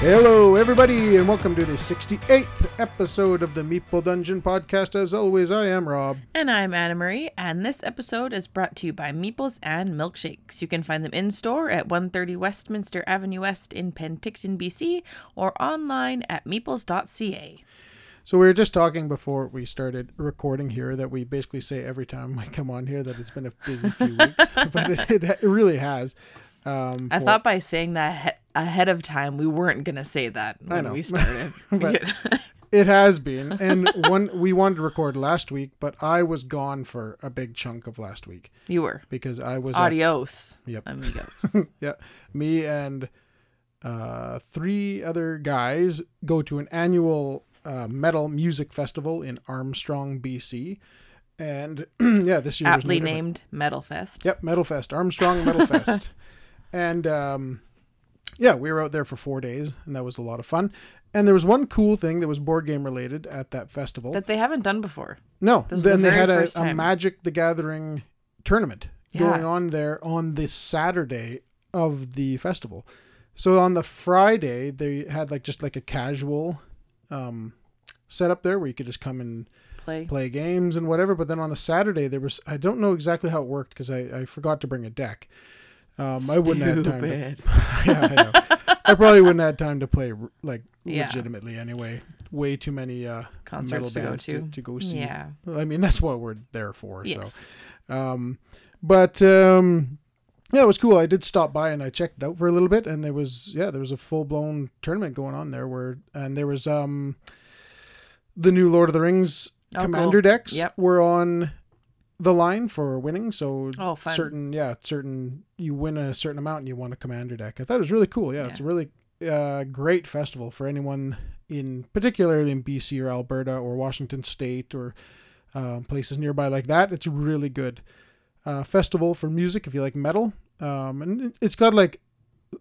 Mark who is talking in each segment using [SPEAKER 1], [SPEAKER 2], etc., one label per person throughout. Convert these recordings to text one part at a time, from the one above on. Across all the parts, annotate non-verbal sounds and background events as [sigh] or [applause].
[SPEAKER 1] Hello, everybody, and welcome to the 68th episode of the Meeple Dungeon podcast. As always, I am Rob.
[SPEAKER 2] And I'm Anna Marie, and this episode is brought to you by Meeples and Milkshakes. You can find them in store at 130 Westminster Avenue West in Penticton, BC, or online at meeples.ca.
[SPEAKER 1] So, we were just talking before we started recording here that we basically say every time we come on here that it's been a busy few weeks, but it, it, it really has. Um,
[SPEAKER 2] I thought by saying that he- ahead of time, we weren't going to say that when
[SPEAKER 1] know. [laughs]
[SPEAKER 2] we started. [laughs]
[SPEAKER 1] But- It has been, and one we wanted to record last week, but I was gone for a big chunk of last week
[SPEAKER 2] you were.
[SPEAKER 1] because I was
[SPEAKER 2] Ah,
[SPEAKER 1] at-
[SPEAKER 2] Adios,
[SPEAKER 1] Yep. [laughs]
[SPEAKER 2] amigo.
[SPEAKER 1] yeah, me and uh, three other guys go to an annual uh, metal music festival in Armstrong, BC, and [clears throat] yeah, this year was no
[SPEAKER 2] Aptly
[SPEAKER 1] different.
[SPEAKER 2] named Metal Fest.
[SPEAKER 1] Yep, Metal Fest, Armstrong
[SPEAKER 2] [laughs]
[SPEAKER 1] Metal Fest, and um, yeah, we were out there for four days, and that was a lot of fun. And there was one cool thing that was board game related at that festival.
[SPEAKER 2] That they haven't done before.
[SPEAKER 1] No,
[SPEAKER 2] This was
[SPEAKER 1] then they
[SPEAKER 2] the very
[SPEAKER 1] had a,
[SPEAKER 2] first
[SPEAKER 1] a
[SPEAKER 2] time.
[SPEAKER 1] Magic the Gathering tournament
[SPEAKER 2] Yeah.
[SPEAKER 1] going on there on the Saturday of the festival. So on the Friday, they had like just like a casual um, setup there where you could just come and
[SPEAKER 2] Play.
[SPEAKER 1] play games and whatever. But then on the Saturday, there was I don't know exactly how it worked because I, I forgot to bring a deck. Um, I wouldn't have time. To,
[SPEAKER 2] Stupid.
[SPEAKER 1] [laughs] yeah, I, know. I probably wouldn't have time to play like
[SPEAKER 2] Yeah.
[SPEAKER 1] legitimately anyway. Way too many uh, metal
[SPEAKER 2] Concerts to go
[SPEAKER 1] bands
[SPEAKER 2] to.
[SPEAKER 1] to go see.
[SPEAKER 2] Yeah.
[SPEAKER 1] I mean, that's what we're there for.
[SPEAKER 2] Yes.
[SPEAKER 1] So, um, but um, yeah, it was cool. I did stop by and I checked it out for a little bit, and there was yeah, there was a full blown tournament going on there where, and there was um, the new Lord of the Rings
[SPEAKER 2] Oh,
[SPEAKER 1] commander
[SPEAKER 2] cool.
[SPEAKER 1] decks
[SPEAKER 2] Yep.
[SPEAKER 1] were on the line for winning. So
[SPEAKER 2] Oh, fun.
[SPEAKER 1] certain yeah, certain you win a certain amount and you won a commander deck. I thought it was really cool. Yeah, it's a
[SPEAKER 2] Yeah.
[SPEAKER 1] really uh, great festival for anyone in particularly in BC or Alberta or Washington State or um, places nearby like that. It's a really good uh, festival for music if you like metal, um, and it- it's got like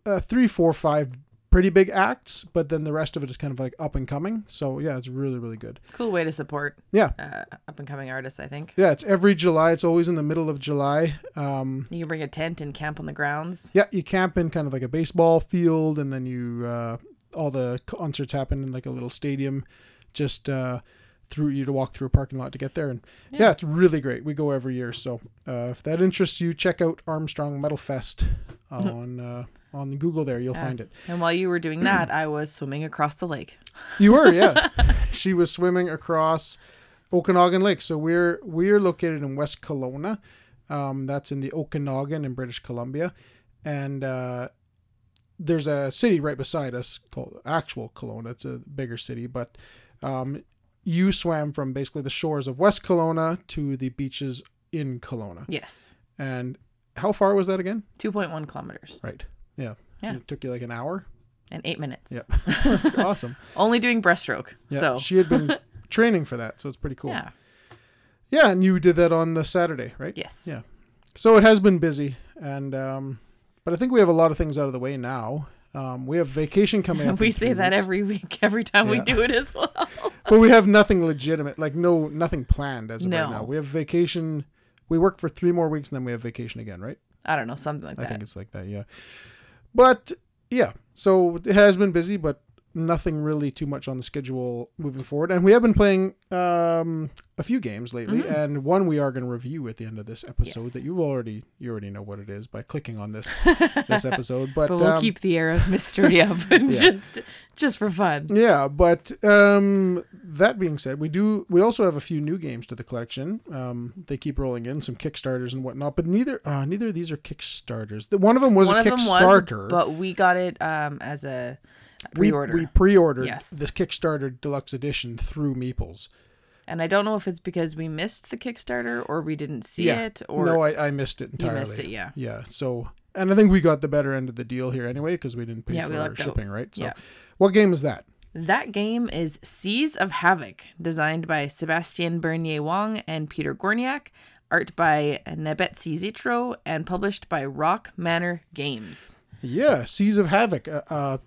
[SPEAKER 1] uh, three, four, five pretty big acts, but then the rest of it is kind of like up and coming. So yeah, it's really really good.
[SPEAKER 2] Cool way to support
[SPEAKER 1] Yeah,
[SPEAKER 2] uh, up and coming artists, I think.
[SPEAKER 1] yeah, it's every July. It's always in the middle of July. Um,
[SPEAKER 2] You can bring a tent and camp on the grounds.
[SPEAKER 1] yeah, you camp in kind of like a baseball field, and then you uh, all the concerts happen in like a little stadium, just uh, through you to walk through a parking lot to get there. And yeah, it's really great. We go every year, so uh, if that interests you, check out Armstrong Metal Fest on uh, on Google. There, you'll find it.
[SPEAKER 2] And while you were
[SPEAKER 1] [clears throat]
[SPEAKER 2] doing that, I was swimming across the lake.
[SPEAKER 1] You were, yeah. [laughs] she was swimming across Okanagan Lake. So we're we're located in West Kelowna. Um, that's in the Okanagan in British Columbia, and uh, there's a city right beside us called actual Kelowna. It's a bigger city, but um, you swam from basically the shores of West Kelowna to the beaches in Kelowna.
[SPEAKER 2] Yes.
[SPEAKER 1] And how far was that again?
[SPEAKER 2] 2.1 kilometers
[SPEAKER 1] Right. Yeah.
[SPEAKER 2] Yeah.
[SPEAKER 1] It took you like an
[SPEAKER 2] [laughs]
[SPEAKER 1] hour.
[SPEAKER 2] and eight minutes.
[SPEAKER 1] Yeah. that's awesome.
[SPEAKER 2] Only doing breaststroke.
[SPEAKER 1] Yeah.
[SPEAKER 2] so,
[SPEAKER 1] she had
[SPEAKER 2] [laughs]
[SPEAKER 1] been training for that, so it's pretty cool.
[SPEAKER 2] yeah.
[SPEAKER 1] Yeah, and you did that on the Saturday, right?
[SPEAKER 2] Yes.
[SPEAKER 1] Yeah. So it has been busy, and um, but I think we have a lot of things out of the way now. Um, we have vacation
[SPEAKER 2] [laughs]
[SPEAKER 1] coming up.
[SPEAKER 2] [laughs] we
[SPEAKER 1] in
[SPEAKER 2] say
[SPEAKER 1] three
[SPEAKER 2] that
[SPEAKER 1] weeks,
[SPEAKER 2] every week, every time we
[SPEAKER 1] Yeah.
[SPEAKER 2] do it as well.
[SPEAKER 1] [laughs] but we have nothing legitimate, like no nothing planned as of right
[SPEAKER 2] No.
[SPEAKER 1] now. We have vacation. We work for three more weeks, and then we have vacation again, right?
[SPEAKER 2] I don't know, something like
[SPEAKER 1] I think
[SPEAKER 2] that.
[SPEAKER 1] it's like that, yeah. But yeah, so it has been busy, but nothing really too much on the schedule moving forward. And we have been playing um, a few games lately, and one we are going to review at the end of this episode
[SPEAKER 2] Mm-hmm. Yes.
[SPEAKER 1] that you already you already know what it is by clicking on
[SPEAKER 2] [laughs]
[SPEAKER 1] this this episode. But,
[SPEAKER 2] But we'll
[SPEAKER 1] um,
[SPEAKER 2] keep the air
[SPEAKER 1] [laughs]
[SPEAKER 2] of mystery up and
[SPEAKER 1] Yeah.
[SPEAKER 2] just just for fun.
[SPEAKER 1] yeah, but um, that being said, we do we also have a few new games to the collection. Um, they keep rolling in some Kickstarters and whatnot, but neither uh, neither of these are Kickstarters. The, one of them was
[SPEAKER 2] One
[SPEAKER 1] a
[SPEAKER 2] of them was,
[SPEAKER 1] Kickstarter,
[SPEAKER 2] but we got it um, as a
[SPEAKER 1] we,
[SPEAKER 2] pre-order.
[SPEAKER 1] we pre-ordered
[SPEAKER 2] Yes.
[SPEAKER 1] the Kickstarter deluxe edition through Meeples.
[SPEAKER 2] and I don't know if it's because we missed the Kickstarter or we didn't see
[SPEAKER 1] Yeah.
[SPEAKER 2] it or
[SPEAKER 1] no, I, I missed it
[SPEAKER 2] you
[SPEAKER 1] entirely.
[SPEAKER 2] missed it. Yeah.
[SPEAKER 1] Yeah. So, and I think we got the better end of the deal here anyway because we didn't pay
[SPEAKER 2] Yeah, we
[SPEAKER 1] for our
[SPEAKER 2] lucked out.
[SPEAKER 1] shipping, right? So,
[SPEAKER 2] Yeah.
[SPEAKER 1] what game is that?
[SPEAKER 2] That game is Seas of Havoc, designed by Sebastian Bernier Wong and Peter Gorniak, art by Nebetsi Zitro, and published by Rock Manor Games.
[SPEAKER 1] Yeah, Seas of Havoc. Uh, uh,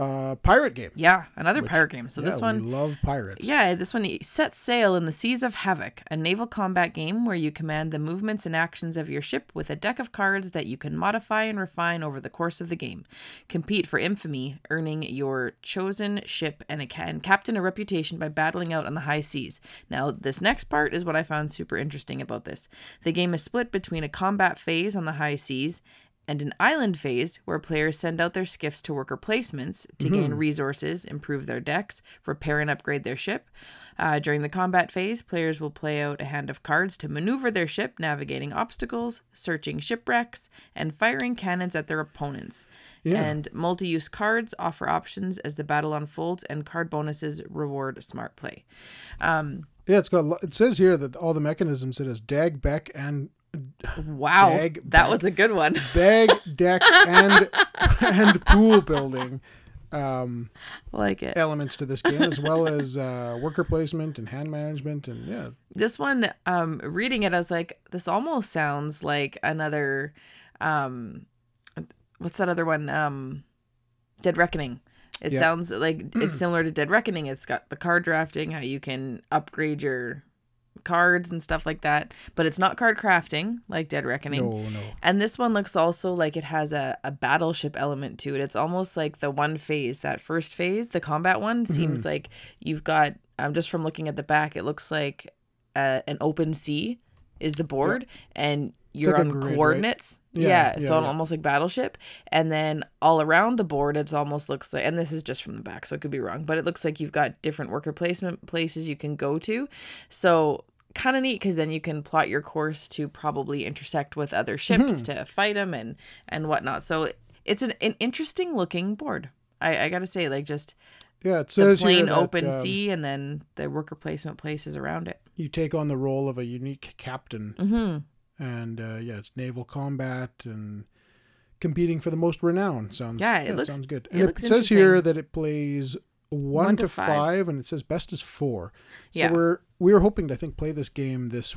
[SPEAKER 1] uh, pirate game.
[SPEAKER 2] Yeah, another pirate game. So
[SPEAKER 1] yeah,
[SPEAKER 2] this one
[SPEAKER 1] we love pirates.
[SPEAKER 2] Yeah, this one you set sail in the seas of havoc, a naval combat game where you command the movements and actions of your ship with a deck of cards that you can modify and refine over the course of the game. Compete for infamy, earning your chosen ship and, a ca- and captain a reputation by battling out on the high seas. Now, this next part is what I found super interesting about this. The game is split between a combat phase on the high seas and an island phase where players send out their skiffs to worker placements to gain resources, improve their decks, repair and upgrade their ship. Uh, during the combat phase, players will play out a hand of cards to maneuver their ship, navigating obstacles, searching shipwrecks, and firing cannons at their opponents.
[SPEAKER 1] Yeah.
[SPEAKER 2] And multi use cards offer options as the battle unfolds, and card bonuses reward smart play.
[SPEAKER 1] Yeah, it's got. lo- It says here that all the mechanisms. It has dag, beck, and
[SPEAKER 2] Wow.
[SPEAKER 1] Dag-
[SPEAKER 2] that
[SPEAKER 1] dag-
[SPEAKER 2] was a good one. [laughs]
[SPEAKER 1] bag, deck, and [laughs] and pool building
[SPEAKER 2] like it.
[SPEAKER 1] elements to this game, as well as uh, worker placement and hand management, and yeah,
[SPEAKER 2] this one um reading it i was like this almost sounds like another um what's that other one um dead reckoning it
[SPEAKER 1] Yeah.
[SPEAKER 2] sounds like it's similar to dead reckoning it's got the card drafting how you can upgrade your cards and stuff like that but it's not card crafting like dead reckoning
[SPEAKER 1] no, no,
[SPEAKER 2] and this one looks also like it has a, a battleship element to it. It's almost like the one phase, that first phase, the combat one,
[SPEAKER 1] Mm-hmm.
[SPEAKER 2] seems like you've got, um, just from looking at the back, it looks like uh, an open sea is the board and you're
[SPEAKER 1] like a
[SPEAKER 2] on
[SPEAKER 1] grid, right?
[SPEAKER 2] coordinates.
[SPEAKER 1] Yeah,
[SPEAKER 2] Yeah,
[SPEAKER 1] yeah,
[SPEAKER 2] so
[SPEAKER 1] yeah.
[SPEAKER 2] almost like battleship. And then all around the board, it's almost looks like, and this is just from the back, so it could be wrong, but it looks like you've got different worker placement places you can go to. So kind of neat because then you can plot your course to probably intersect with other ships
[SPEAKER 1] Hmm.
[SPEAKER 2] to fight them and and whatnot. So it's an, an interesting looking board. I, I gotta say, like just
[SPEAKER 1] yeah. It
[SPEAKER 2] the
[SPEAKER 1] says here
[SPEAKER 2] plain
[SPEAKER 1] that,
[SPEAKER 2] open
[SPEAKER 1] um,
[SPEAKER 2] sea and then the worker placement places around it.
[SPEAKER 1] you take on the role of a unique captain,
[SPEAKER 2] Mm-hmm.
[SPEAKER 1] and uh, yeah, it's naval combat and competing for the most renown. Sounds
[SPEAKER 2] Yeah, it looks-
[SPEAKER 1] sounds good.
[SPEAKER 2] it
[SPEAKER 1] And it,
[SPEAKER 2] looks
[SPEAKER 1] says here
[SPEAKER 2] interesting.
[SPEAKER 1] that it plays one,
[SPEAKER 2] One
[SPEAKER 1] to,
[SPEAKER 2] to
[SPEAKER 1] five.
[SPEAKER 2] five.
[SPEAKER 1] and it says best is four. So
[SPEAKER 2] Yeah.
[SPEAKER 1] we're we were hoping to I think play this game this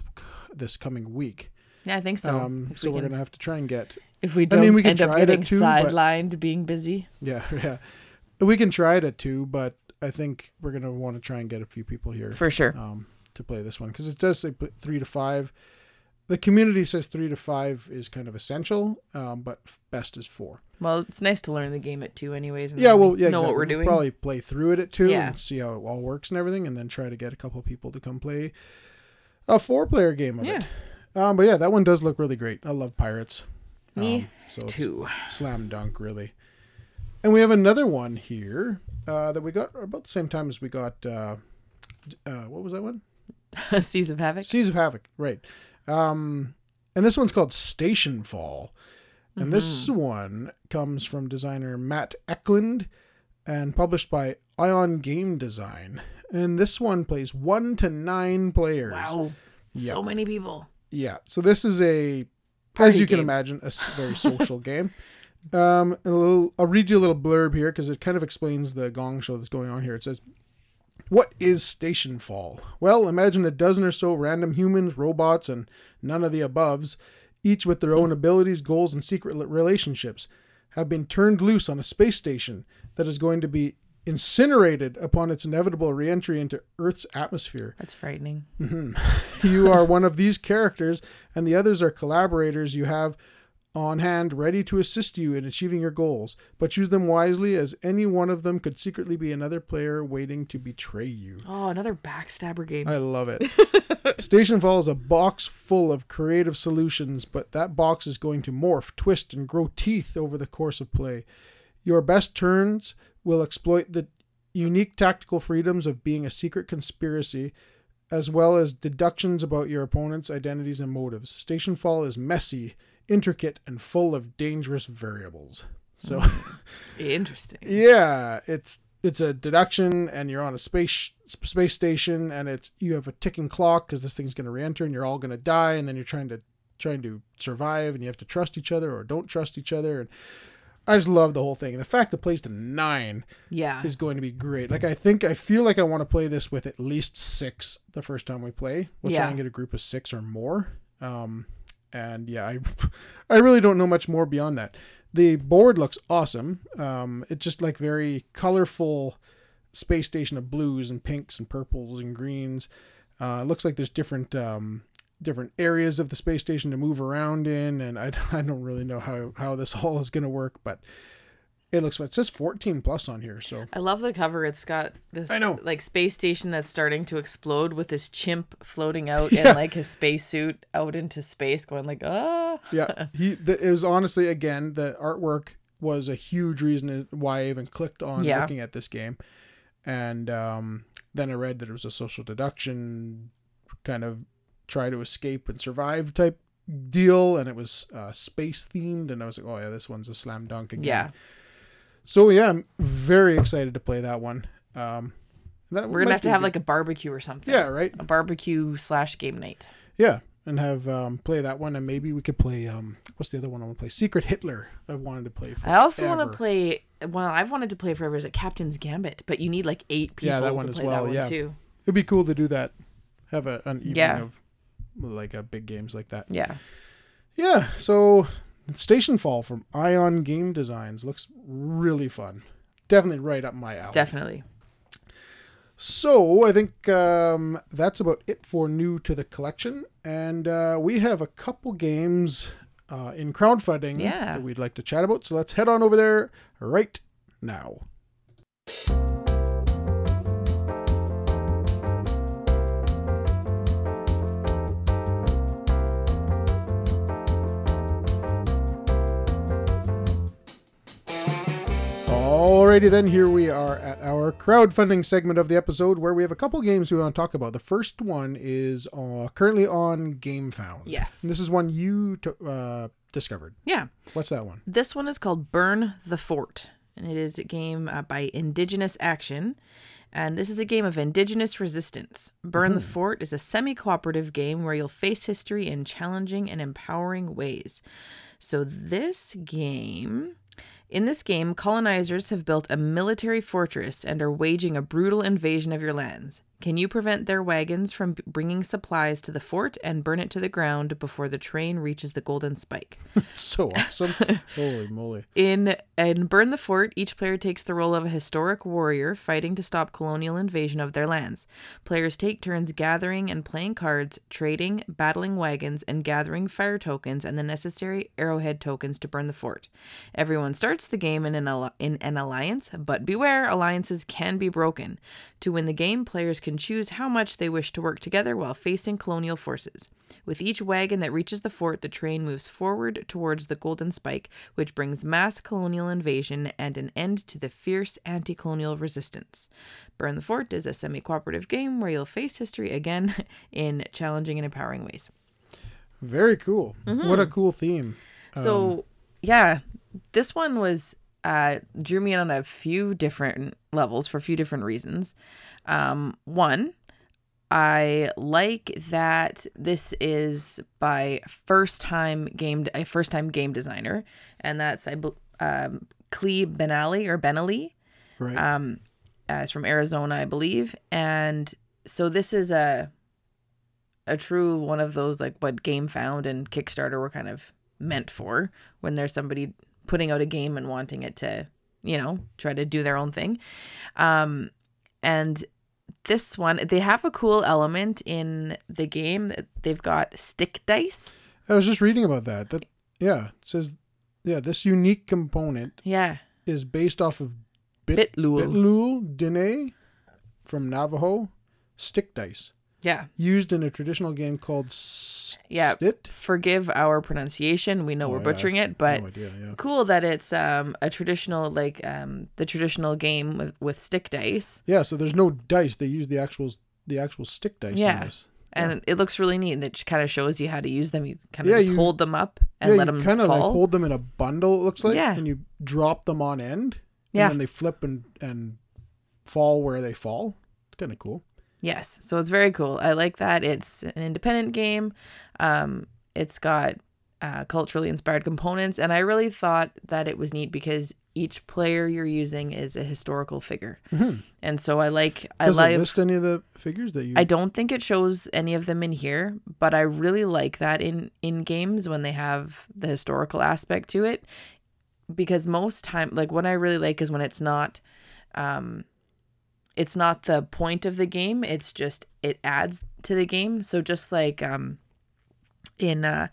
[SPEAKER 1] this coming week.
[SPEAKER 2] Yeah, I think so.
[SPEAKER 1] um,
[SPEAKER 2] if,
[SPEAKER 1] so
[SPEAKER 2] we
[SPEAKER 1] we're
[SPEAKER 2] can,
[SPEAKER 1] gonna have to try and get
[SPEAKER 2] if we
[SPEAKER 1] I
[SPEAKER 2] don't
[SPEAKER 1] mean, we can
[SPEAKER 2] end up
[SPEAKER 1] try it at
[SPEAKER 2] getting
[SPEAKER 1] two, but-
[SPEAKER 2] sidelined being busy.
[SPEAKER 1] yeah [laughs] yeah we can try it at two, but I think we're gonna want to try and get a few people here
[SPEAKER 2] For sure.
[SPEAKER 1] um, to play this one because it does say pl- three to five. The community says three to five is kind of essential, um, but f- best is four.
[SPEAKER 2] Well, it's nice to learn the game at two anyways and
[SPEAKER 1] Yeah,
[SPEAKER 2] then
[SPEAKER 1] well, yeah,
[SPEAKER 2] know
[SPEAKER 1] exactly.
[SPEAKER 2] what we're
[SPEAKER 1] We'll
[SPEAKER 2] doing.
[SPEAKER 1] probably play through it at two
[SPEAKER 2] Yeah.
[SPEAKER 1] and see how it all works and everything, and then try to get a couple of people to come play a four-player game of
[SPEAKER 2] yeah.
[SPEAKER 1] it. Um, but yeah, that one does look really great. I love pirates.
[SPEAKER 2] Me
[SPEAKER 1] um, so it's
[SPEAKER 2] Two. [laughs]
[SPEAKER 1] slam dunk, really. And we have another one here uh, that we got about the same time as we got. Uh, d- uh, what was that one?
[SPEAKER 2] Seas of Havoc.
[SPEAKER 1] Seas of Havoc, right. Um, and this one's called Station Fall. And this
[SPEAKER 2] Mm-hmm.
[SPEAKER 1] one comes from designer Matt Eklund and published by Ion Game Design. And this one plays one to nine players.
[SPEAKER 2] Wow. So many people.
[SPEAKER 1] Yeah. So this is a, as
[SPEAKER 2] Party
[SPEAKER 1] you can
[SPEAKER 2] game.
[SPEAKER 1] imagine, a s-
[SPEAKER 2] [laughs]
[SPEAKER 1] very social game. Um, and a little, I'll read you a little blurb here because it kind of explains the gong show that's going on here. It says, "What is station fall? Well, imagine a dozen or so random humans, robots, and none of the aboves, each with their own abilities, goals, and secret li- relationships, have been turned loose on a space station that is going to be." Incinerated upon its inevitable reentry into Earth's atmosphere.
[SPEAKER 2] That's
[SPEAKER 1] [laughs]
[SPEAKER 2] frightening.
[SPEAKER 1] You are one of these characters, and the others are collaborators you have on hand ready to assist you in achieving your goals. But choose them wisely, as any one of them could secretly be another player waiting to betray you.
[SPEAKER 2] Oh, another backstabber game.
[SPEAKER 1] I love it. Station Fall is a box full of creative solutions, but that box is going to morph, twist, and grow teeth over the course of play. Your best turns will exploit the unique tactical freedoms of being a secret conspiracy, as well as deductions about your opponent's identities and motives. Station Fall is messy, intricate, and full of dangerous variables. So.
[SPEAKER 2] [laughs] Interesting.
[SPEAKER 1] Yeah, it's it's a deduction, and you're on a space space station, and it's you have a ticking clock because this thing's going to reenter, and you're all going to die, and then you're trying to trying to survive, and you have to trust each other or don't trust each other, and I just love the whole thing. And the fact it plays to nine
[SPEAKER 2] Yeah.
[SPEAKER 1] is going to be great. Like I think I feel like I want to play this with at least six the first time we play. We'll try
[SPEAKER 2] Yeah.
[SPEAKER 1] and get a group of six or more. Um, and yeah, I [laughs] I really don't know much more beyond that. The board looks awesome. Um, it's just like very colorful space station of blues and pinks and purples and greens. Uh, it looks like there's different um, different areas of the space station to move around in, and I, [laughs] I don't really know how how this [laughs] all is gonna work, but it looks fun. It says 14 plus on here, so
[SPEAKER 2] I love the cover. It's got this
[SPEAKER 1] I know.
[SPEAKER 2] like space station that's starting to explode with this chimp floating out
[SPEAKER 1] Yeah.
[SPEAKER 2] in like his spacesuit out into space, going like ah. [laughs]
[SPEAKER 1] yeah, he the, it was honestly again the artwork was a huge reason why I even clicked on
[SPEAKER 2] Yeah.
[SPEAKER 1] looking at this game, and um, then I read that it was a social deduction kind of try to escape and survive type deal, and it was uh, space themed, and I was like, oh yeah, this one's a slam dunk again.
[SPEAKER 2] Yeah,
[SPEAKER 1] So yeah, I'm very excited to play that one. Um, that
[SPEAKER 2] we're gonna
[SPEAKER 1] might
[SPEAKER 2] have to
[SPEAKER 1] be
[SPEAKER 2] have
[SPEAKER 1] good.
[SPEAKER 2] like a barbecue or something.
[SPEAKER 1] yeah, right,
[SPEAKER 2] a barbecue slash game night.
[SPEAKER 1] yeah, and have um, play that one, and maybe we could play um, what's the other one I want to play? Secret Hitler. I've wanted to play.
[SPEAKER 2] I also want
[SPEAKER 1] forever.
[SPEAKER 2] to play. Well, I've wanted to play forever is a Captain's Gambit, but you need like eight people
[SPEAKER 1] Yeah, that
[SPEAKER 2] to
[SPEAKER 1] one as
[SPEAKER 2] play
[SPEAKER 1] well,
[SPEAKER 2] that one
[SPEAKER 1] yeah.
[SPEAKER 2] too.
[SPEAKER 1] It'd be cool to do that. Have a, an evening
[SPEAKER 2] Yeah.
[SPEAKER 1] of like uh, big games like that.
[SPEAKER 2] Yeah,
[SPEAKER 1] Yeah. So Station Fall from Ion Game Designs looks really fun. Definitely right up my alley.
[SPEAKER 2] definitely.
[SPEAKER 1] So I think um, that's about it for new to the collection, and uh, we have a couple games uh, in crowdfunding
[SPEAKER 2] Yeah.
[SPEAKER 1] that we'd like to chat about. So let's head on over there right now. Alrighty then, here we are at our crowdfunding segment of the episode where we have a couple games we want to talk about. The first one is uh, currently on GameFound.
[SPEAKER 2] Yes.
[SPEAKER 1] And this is one you to uh, discovered.
[SPEAKER 2] Yeah.
[SPEAKER 1] What's that one?
[SPEAKER 2] This one is called Burn the Fort, and it is a game uh, by Indigenous Action. And this is a game of indigenous resistance. Burn the Fort is a semi cooperative game where you'll face history in challenging and empowering ways. So, this game. In this game, colonizers have built a military fortress and are waging a brutal invasion of your lands. Can you prevent their wagons from b- bringing supplies to the fort and burn it to the ground before the train reaches the Golden Spike?
[SPEAKER 1] so awesome. [laughs] Holy moly.
[SPEAKER 2] In in Burn the Fort, each player takes the role of a historic warrior fighting to stop colonial invasion of their lands. Players take turns gathering and playing cards, trading, battling wagons, and gathering fire tokens and the necessary arrowhead tokens to burn the fort. Everyone starts the game in an al- in an alliance, but beware, alliances can be broken. To win the game, players can choose how much they wish to work together while facing colonial forces. With each wagon that reaches the fort, the train moves forward towards the Golden Spike, which brings mass colonial invasion and an end to the fierce anti colonial resistance. Burn the Fort is a semi cooperative game where you'll face history again [laughs] in challenging and empowering ways.
[SPEAKER 1] Very cool. What a cool theme.
[SPEAKER 2] So, yeah, this one was uh drew me in on a few different levels for a few different reasons. Um one, I like that this is by first-time game a first-time game designer and that's I bel- um Clee Benali or Benali
[SPEAKER 1] Right.
[SPEAKER 2] um uh, it's from Arizona, I believe. And so this is a a true one of those like what Game Found and Kickstarter were kind of meant for when there's somebody putting out a game and wanting it to, you know, try to do their own thing. Um and this one they have a cool element in the game. They've got stick dice.
[SPEAKER 1] I was just reading about that. That yeah, it says yeah, this unique component
[SPEAKER 2] Yeah.
[SPEAKER 1] is based off of Bit
[SPEAKER 2] Bitlul.
[SPEAKER 1] Bitlul Dine from Navajo stick dice
[SPEAKER 2] yeah.
[SPEAKER 1] used in a traditional game called s-
[SPEAKER 2] Yeah.
[SPEAKER 1] Stit.
[SPEAKER 2] Forgive our pronunciation. We know
[SPEAKER 1] Oh,
[SPEAKER 2] we're
[SPEAKER 1] yeah,
[SPEAKER 2] butchering it,
[SPEAKER 1] No
[SPEAKER 2] but
[SPEAKER 1] idea, yeah.
[SPEAKER 2] cool that it's um a traditional like um the traditional game with, with stick dice
[SPEAKER 1] Yeah, so there's no dice. They use the actual the actual stick dice
[SPEAKER 2] Yeah.
[SPEAKER 1] in this.
[SPEAKER 2] and it looks really neat and it kind of shows you how to use them you kind of
[SPEAKER 1] Yeah,
[SPEAKER 2] just
[SPEAKER 1] you-
[SPEAKER 2] hold them up and let
[SPEAKER 1] you
[SPEAKER 2] them
[SPEAKER 1] kinda
[SPEAKER 2] fall
[SPEAKER 1] like hold them in a bundle. It looks like,
[SPEAKER 2] Yeah.
[SPEAKER 1] and you drop them on end.
[SPEAKER 2] Yeah.
[SPEAKER 1] and then they flip and and fall where they fall. It's kind of cool.
[SPEAKER 2] yes so it's very cool i like that it's an independent game um it's got uh, culturally inspired components and i really thought that it was neat because each player you're using is a historical figure.
[SPEAKER 1] Mm-hmm.
[SPEAKER 2] And so I like I
[SPEAKER 1] Does
[SPEAKER 2] like
[SPEAKER 1] it list any of the figures that you?
[SPEAKER 2] I don't think it shows any of them in here, but I really like that in in games when they have the historical aspect to it because most time like what I really like is when it's not um it's not the point of the game, it's just it adds to the game. So just like um in uh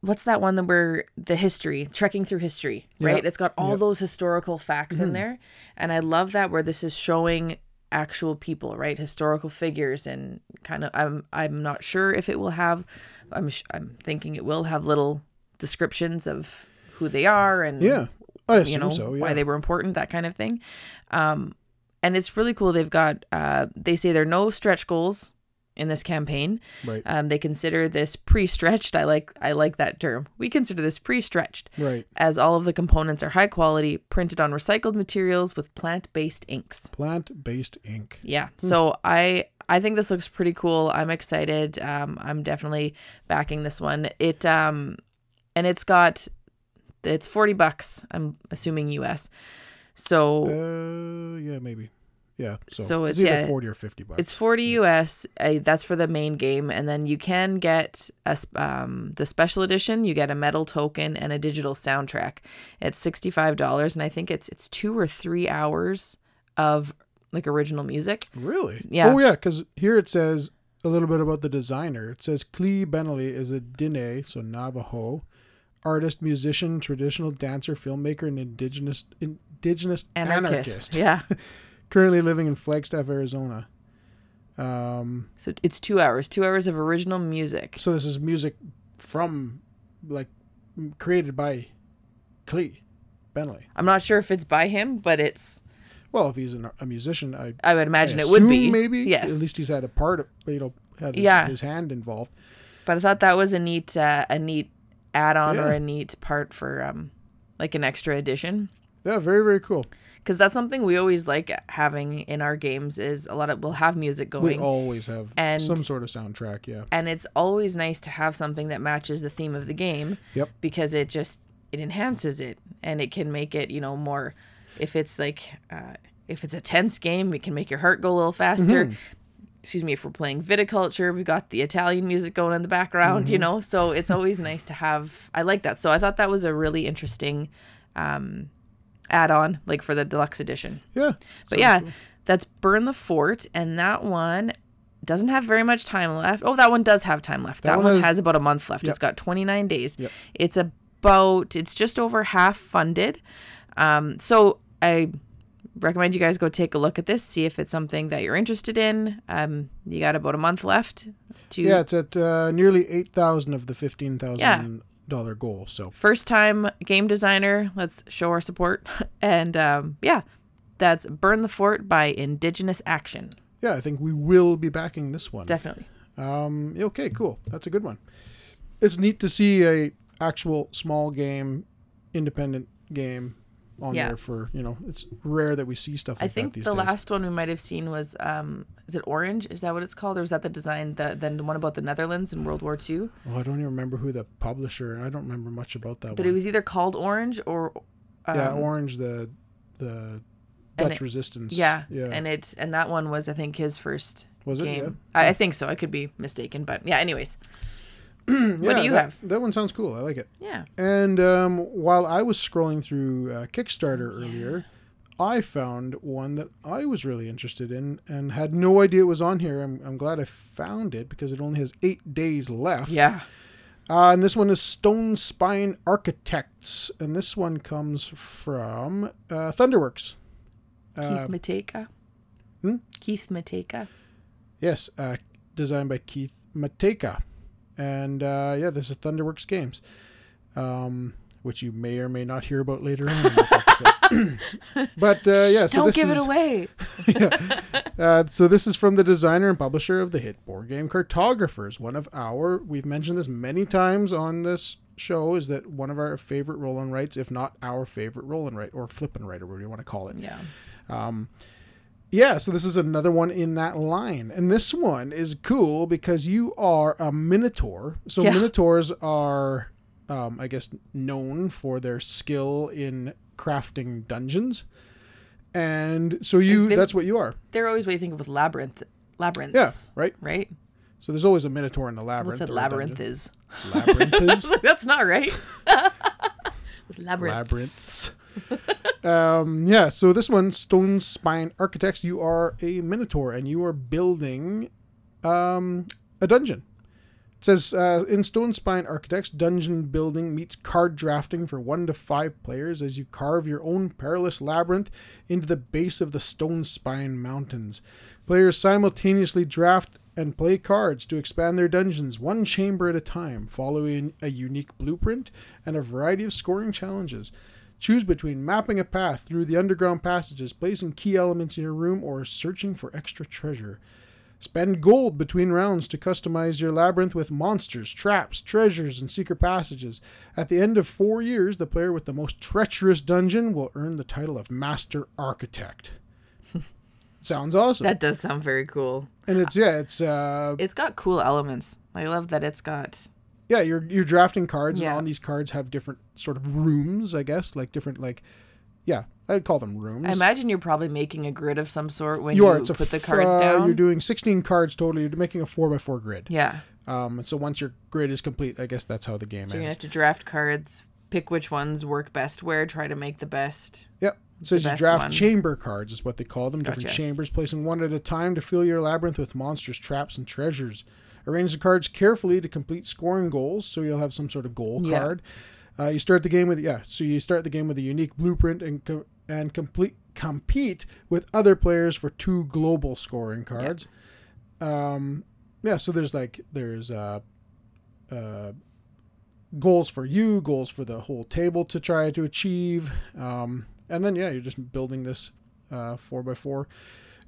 [SPEAKER 2] what's that one that we're the history trekking through history right
[SPEAKER 1] Yep.
[SPEAKER 2] it's got all those historical facts
[SPEAKER 1] Mm-hmm.
[SPEAKER 2] in there and i love that where this is showing actual people right historical figures and kind of i'm i'm not sure if it will have i'm sh- i'm thinking it will have little descriptions of who they are and
[SPEAKER 1] yeah, I assume
[SPEAKER 2] you know
[SPEAKER 1] so. Yeah.
[SPEAKER 2] why they were important that kind of thing um and it's really cool they've got uh they say there are no stretch goals in this campaign
[SPEAKER 1] right.
[SPEAKER 2] um, they consider this pre-stretched. I like I like that term. We consider this pre-stretched,
[SPEAKER 1] right.
[SPEAKER 2] as all of the components are high quality, printed on recycled materials with plant-based inks.
[SPEAKER 1] Plant-based ink.
[SPEAKER 2] Yeah. So I I think this looks pretty cool. I'm excited. Um, I'm definitely backing this one. It um, and it's got it's forty bucks. I'm assuming U.S. So
[SPEAKER 1] Uh, yeah, maybe. Yeah. So,
[SPEAKER 2] Oh. So
[SPEAKER 1] it's,
[SPEAKER 2] it's-
[SPEAKER 1] either
[SPEAKER 2] yeah,
[SPEAKER 1] forty or fifty bucks.
[SPEAKER 2] It's 40 US. Uh, that's for the main game, and then you can get a, sp- um, the special edition. You get a metal token and a digital soundtrack. It's sixty five dollars, and I think it's it's two or three hours of like original music.
[SPEAKER 1] Really?
[SPEAKER 2] Yeah.
[SPEAKER 1] Oh yeah, because here it says a little bit about the designer. It says Clee Benelli is a Diné, so Navajo, artist, musician, traditional dancer, filmmaker, and indigenous indigenous anarchist.
[SPEAKER 2] Anarchist. Yeah. [laughs]
[SPEAKER 1] Currently living in Flagstaff, Arizona. Um,
[SPEAKER 2] So it's two hours. Two hours of original music.
[SPEAKER 1] so this is music from, like, m- created by Clee Benelli.
[SPEAKER 2] I'm not sure if it's by him, but it's.
[SPEAKER 1] Well, if he's an, a musician, I,
[SPEAKER 2] I would
[SPEAKER 1] I
[SPEAKER 2] imagine it would be
[SPEAKER 1] assume maybe.
[SPEAKER 2] Yes.
[SPEAKER 1] At least he's had a part of, you know, had his,
[SPEAKER 2] Yeah.
[SPEAKER 1] his hand involved.
[SPEAKER 2] But I thought that was a neat uh, a neat add on or
[SPEAKER 1] Yeah.
[SPEAKER 2] a neat part for um like an extra edition.
[SPEAKER 1] Yeah, very very cool.
[SPEAKER 2] because that's something we always like having in our games is a lot of we'll have music
[SPEAKER 1] We
[SPEAKER 2] going
[SPEAKER 1] always have
[SPEAKER 2] And-
[SPEAKER 1] some sort of soundtrack, yeah.
[SPEAKER 2] and it's always nice to have something that matches the theme of the game
[SPEAKER 1] Yep.
[SPEAKER 2] because it just it enhances it and it can make it you know more if it's like uh, if it's a tense game it can make your heart go a little faster
[SPEAKER 1] Mm-hmm.
[SPEAKER 2] excuse me if we're playing viticulture we've got the italian music going in the background
[SPEAKER 1] Mm-hmm.
[SPEAKER 2] you know so it's always nice to have i like that so i thought that was a really interesting um, add-on like for the deluxe edition
[SPEAKER 1] Yeah.
[SPEAKER 2] But yeah, that's Burn the Fort, and that one doesn't have very much time left. Oh, that one does have time left. That,
[SPEAKER 1] one
[SPEAKER 2] one
[SPEAKER 1] has-
[SPEAKER 2] has about a month left.
[SPEAKER 1] Yep.
[SPEAKER 2] It's got 29 days.
[SPEAKER 1] Yep.
[SPEAKER 2] It's about, it's just over half funded. Um, so I recommend you guys go take a look at this, see if it's something that you're interested in. Um, you got about a month left to
[SPEAKER 1] Yeah, it's at uh, nearly 8,000 of the $15,000 goal. So,
[SPEAKER 2] first time game designer. Let's show our support. [laughs] And um, yeah, that's Burn the Fort by Indigenous Action.
[SPEAKER 1] yeah, I think we will be backing this one.
[SPEAKER 2] Definitely.
[SPEAKER 1] Um okay, cool. That's a good one. It's neat to see a actual small game independent game on
[SPEAKER 2] Yeah.
[SPEAKER 1] there for, you know, it's rare that we see stuff like
[SPEAKER 2] I think
[SPEAKER 1] that these
[SPEAKER 2] the
[SPEAKER 1] days.
[SPEAKER 2] last one we might have seen was um is it orange? Is that what it's called? Or was that the design the then the one about the Netherlands in World War II?
[SPEAKER 1] oh, I don't even remember who the publisher. I don't remember much about that
[SPEAKER 2] But it
[SPEAKER 1] one.
[SPEAKER 2] was either called orange or um,
[SPEAKER 1] yeah, Orange the the
[SPEAKER 2] and
[SPEAKER 1] Dutch
[SPEAKER 2] it-
[SPEAKER 1] Resistance.
[SPEAKER 2] yeah,
[SPEAKER 1] Yeah.
[SPEAKER 2] and it's and that one was I think his first
[SPEAKER 1] was it?
[SPEAKER 2] game.
[SPEAKER 1] Yeah.
[SPEAKER 2] I, I think so. I could be mistaken, but yeah. Anyways,
[SPEAKER 1] Yeah,
[SPEAKER 2] what do you
[SPEAKER 1] that,
[SPEAKER 2] have?
[SPEAKER 1] That one sounds cool. I like it.
[SPEAKER 2] Yeah,
[SPEAKER 1] And um, while I was scrolling through uh, Kickstarter earlier, I found one that I was really interested in and had no idea it was on here. I'm, I'm glad I found it because it only has eight days left.
[SPEAKER 2] yeah.
[SPEAKER 1] Uh, and this one is Stone Spine Architects. And this one comes from uh, Thunderworks.
[SPEAKER 2] Keith Mateka.
[SPEAKER 1] Uh, hmm?
[SPEAKER 2] Keith Mateka.
[SPEAKER 1] Yes, uh, designed by Keith Mateka. And uh, yeah, this is Thunderworks Games, um, which you may or may not hear about later on in
[SPEAKER 2] [laughs]
[SPEAKER 1] this episode. but uh, yeah, so
[SPEAKER 2] Don't
[SPEAKER 1] this
[SPEAKER 2] give
[SPEAKER 1] is, [laughs]
[SPEAKER 2] it away.
[SPEAKER 1] Uh, so this is from the designer and publisher of the hit board game Cartographers. One of our, we've mentioned this many times on this show, is that one of our favorite roll and writes, if not our favorite roll and write or flip and write or whatever you want to call it.
[SPEAKER 2] Yeah.
[SPEAKER 1] Yeah, so this is another one in that line. And this one is cool because you are a minotaur. So
[SPEAKER 2] Yeah.
[SPEAKER 1] minotaurs are um, I guess, known for their skill in crafting dungeons. And so you,
[SPEAKER 2] They-
[SPEAKER 1] that's what you are.
[SPEAKER 2] They're always what you think of with labyrinth, labyrinths.
[SPEAKER 1] Yeah, right?
[SPEAKER 2] Right.
[SPEAKER 1] So there's always a minotaur in the labyrinth.
[SPEAKER 2] What's that
[SPEAKER 1] or a dungeon.
[SPEAKER 2] labyrinth is?
[SPEAKER 1] Labyrinth [laughs] is?
[SPEAKER 2] [laughs] That's not right. with labyrinth.
[SPEAKER 1] labyrinths. um, yeah, so this one, Stone Spine Architects, you are a Minotaur and you are building um, a dungeon. It says uh, in Stone Spine Architects, dungeon building meets card drafting for one to five players as you carve your own perilous labyrinth into the base of the Stone Spine Mountains. Players simultaneously draft and play cards to expand their dungeons one chamber at a time, following a unique blueprint and a variety of scoring challenges. Choose between mapping a path through the underground passages, placing key elements in your room, or searching for extra treasure. Spend gold between rounds to customize your labyrinth with monsters, traps, treasures, and secret passages. At the end of four years, the player with the most treacherous dungeon will earn the title of Master
[SPEAKER 2] [laughs]
[SPEAKER 1] Architect. Sounds awesome.
[SPEAKER 2] [laughs] That does sound very cool.
[SPEAKER 1] and it's yeah, it's uh
[SPEAKER 2] It's got cool elements. I love that it's got
[SPEAKER 1] yeah, you're you're drafting cards
[SPEAKER 2] Yeah.
[SPEAKER 1] and on these cards have different sort of rooms, I guess, like different like yeah, I'd call them rooms.
[SPEAKER 2] I imagine you're probably making a grid of some sort when
[SPEAKER 1] you
[SPEAKER 2] you,
[SPEAKER 1] are. It's a
[SPEAKER 2] put the
[SPEAKER 1] f-
[SPEAKER 2] cards
[SPEAKER 1] uh,
[SPEAKER 2] down.
[SPEAKER 1] You're doing 16 cards total. You're making a four by four grid.
[SPEAKER 2] yeah.
[SPEAKER 1] Um, so once your grid is complete, I guess that's how the game
[SPEAKER 2] So you're
[SPEAKER 1] ends.
[SPEAKER 2] gonna have to draft cards, pick which ones work best where, try to make the best.
[SPEAKER 1] Yep. It says you
[SPEAKER 2] best
[SPEAKER 1] draft
[SPEAKER 2] one.
[SPEAKER 1] chamber cards, is what they call them. Different
[SPEAKER 2] Gotcha.
[SPEAKER 1] chambers, placing one at a time to fill your labyrinth with monsters, traps, and treasures. Arrange the cards carefully to complete scoring goals, so you'll have some sort of goal
[SPEAKER 2] Yeah.
[SPEAKER 1] card. Uh, you start the game with yeah, so you start the game with a unique blueprint and co- and complete compete with other players for two global scoring cards. Um, yeah, so there's like there's uh, uh, goals for you, goals for the whole table to try to achieve. Um, and then, yeah, you're just building this uh, 4x4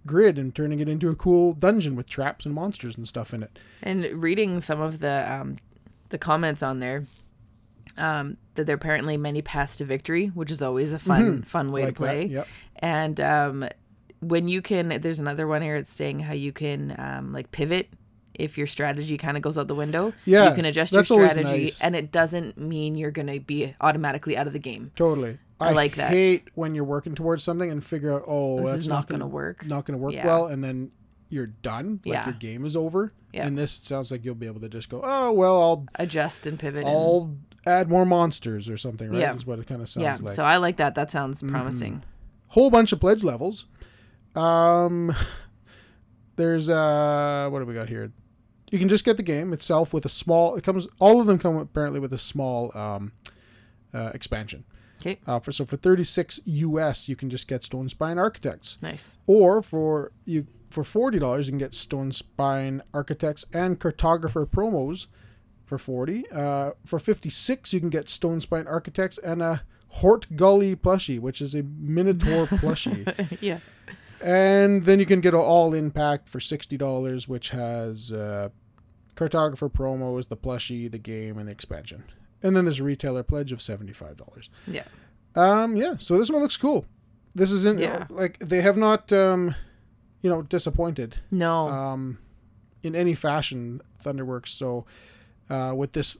[SPEAKER 1] grid and turning it into a cool dungeon with traps and monsters and stuff in it.
[SPEAKER 2] And reading some of the um, the comments on there, um, that there are apparently many paths to victory, which is always a fun fun way
[SPEAKER 1] Mm-hmm. Like
[SPEAKER 2] to
[SPEAKER 1] that,
[SPEAKER 2] play.
[SPEAKER 1] yep.
[SPEAKER 2] And um, when you can, there's another one here. It's saying how you can um, like pivot if your strategy kind of goes out the window.
[SPEAKER 1] Yeah,
[SPEAKER 2] you can adjust
[SPEAKER 1] that's
[SPEAKER 2] your
[SPEAKER 1] always
[SPEAKER 2] strategy,
[SPEAKER 1] nice.
[SPEAKER 2] and it doesn't mean you're gonna be automatically out of the game.
[SPEAKER 1] Totally.
[SPEAKER 2] I like that.
[SPEAKER 1] hate when you're working towards something and figure out, oh,
[SPEAKER 2] This
[SPEAKER 1] that's
[SPEAKER 2] is
[SPEAKER 1] not
[SPEAKER 2] not
[SPEAKER 1] going
[SPEAKER 2] gonna
[SPEAKER 1] to
[SPEAKER 2] work.
[SPEAKER 1] not going to work
[SPEAKER 2] Yeah.
[SPEAKER 1] well, and then you're done. Like
[SPEAKER 2] Yeah.
[SPEAKER 1] your game is over.
[SPEAKER 2] Yeah.
[SPEAKER 1] And this sounds like you'll be able to just go, oh, well, I'll
[SPEAKER 2] Adjust and pivot. and-
[SPEAKER 1] I'll add more monsters or something. Right?
[SPEAKER 2] Yeah.
[SPEAKER 1] Is what it kind of sounds
[SPEAKER 2] yeah,
[SPEAKER 1] like. Mm-hmm.
[SPEAKER 2] so I like that. That sounds promising.
[SPEAKER 1] whole bunch of pledge levels. Um, there's uh, what do we got here? You can just get the game itself with a small. It comes. All of them come apparently with a small um, uh, expansion.
[SPEAKER 2] Okay,
[SPEAKER 1] Uh, for so for 36 US, you can just get Stone Spine Architects,
[SPEAKER 2] nice. [laughs]
[SPEAKER 1] or for you for 40 dollars, you can get Stone Spine Architects and Cartographer promos. For 40, uh, for 56, you can get Stone Spine Architects and a Hort Gully plushie, which is a Minotaur plushie.
[SPEAKER 2] yeah.
[SPEAKER 1] And then you can get an all impact for sixty dollars, which has uh, cartographer promos, the plushie, the game, and the expansion. And then there's a retailer pledge of seventy five dollars.
[SPEAKER 2] Yeah.
[SPEAKER 1] Um, yeah. So this one looks cool. This isn't
[SPEAKER 2] Yeah.
[SPEAKER 1] like they have not, um, you know, disappointed
[SPEAKER 2] No.
[SPEAKER 1] um, in any fashion Thunderworks. So uh, with this,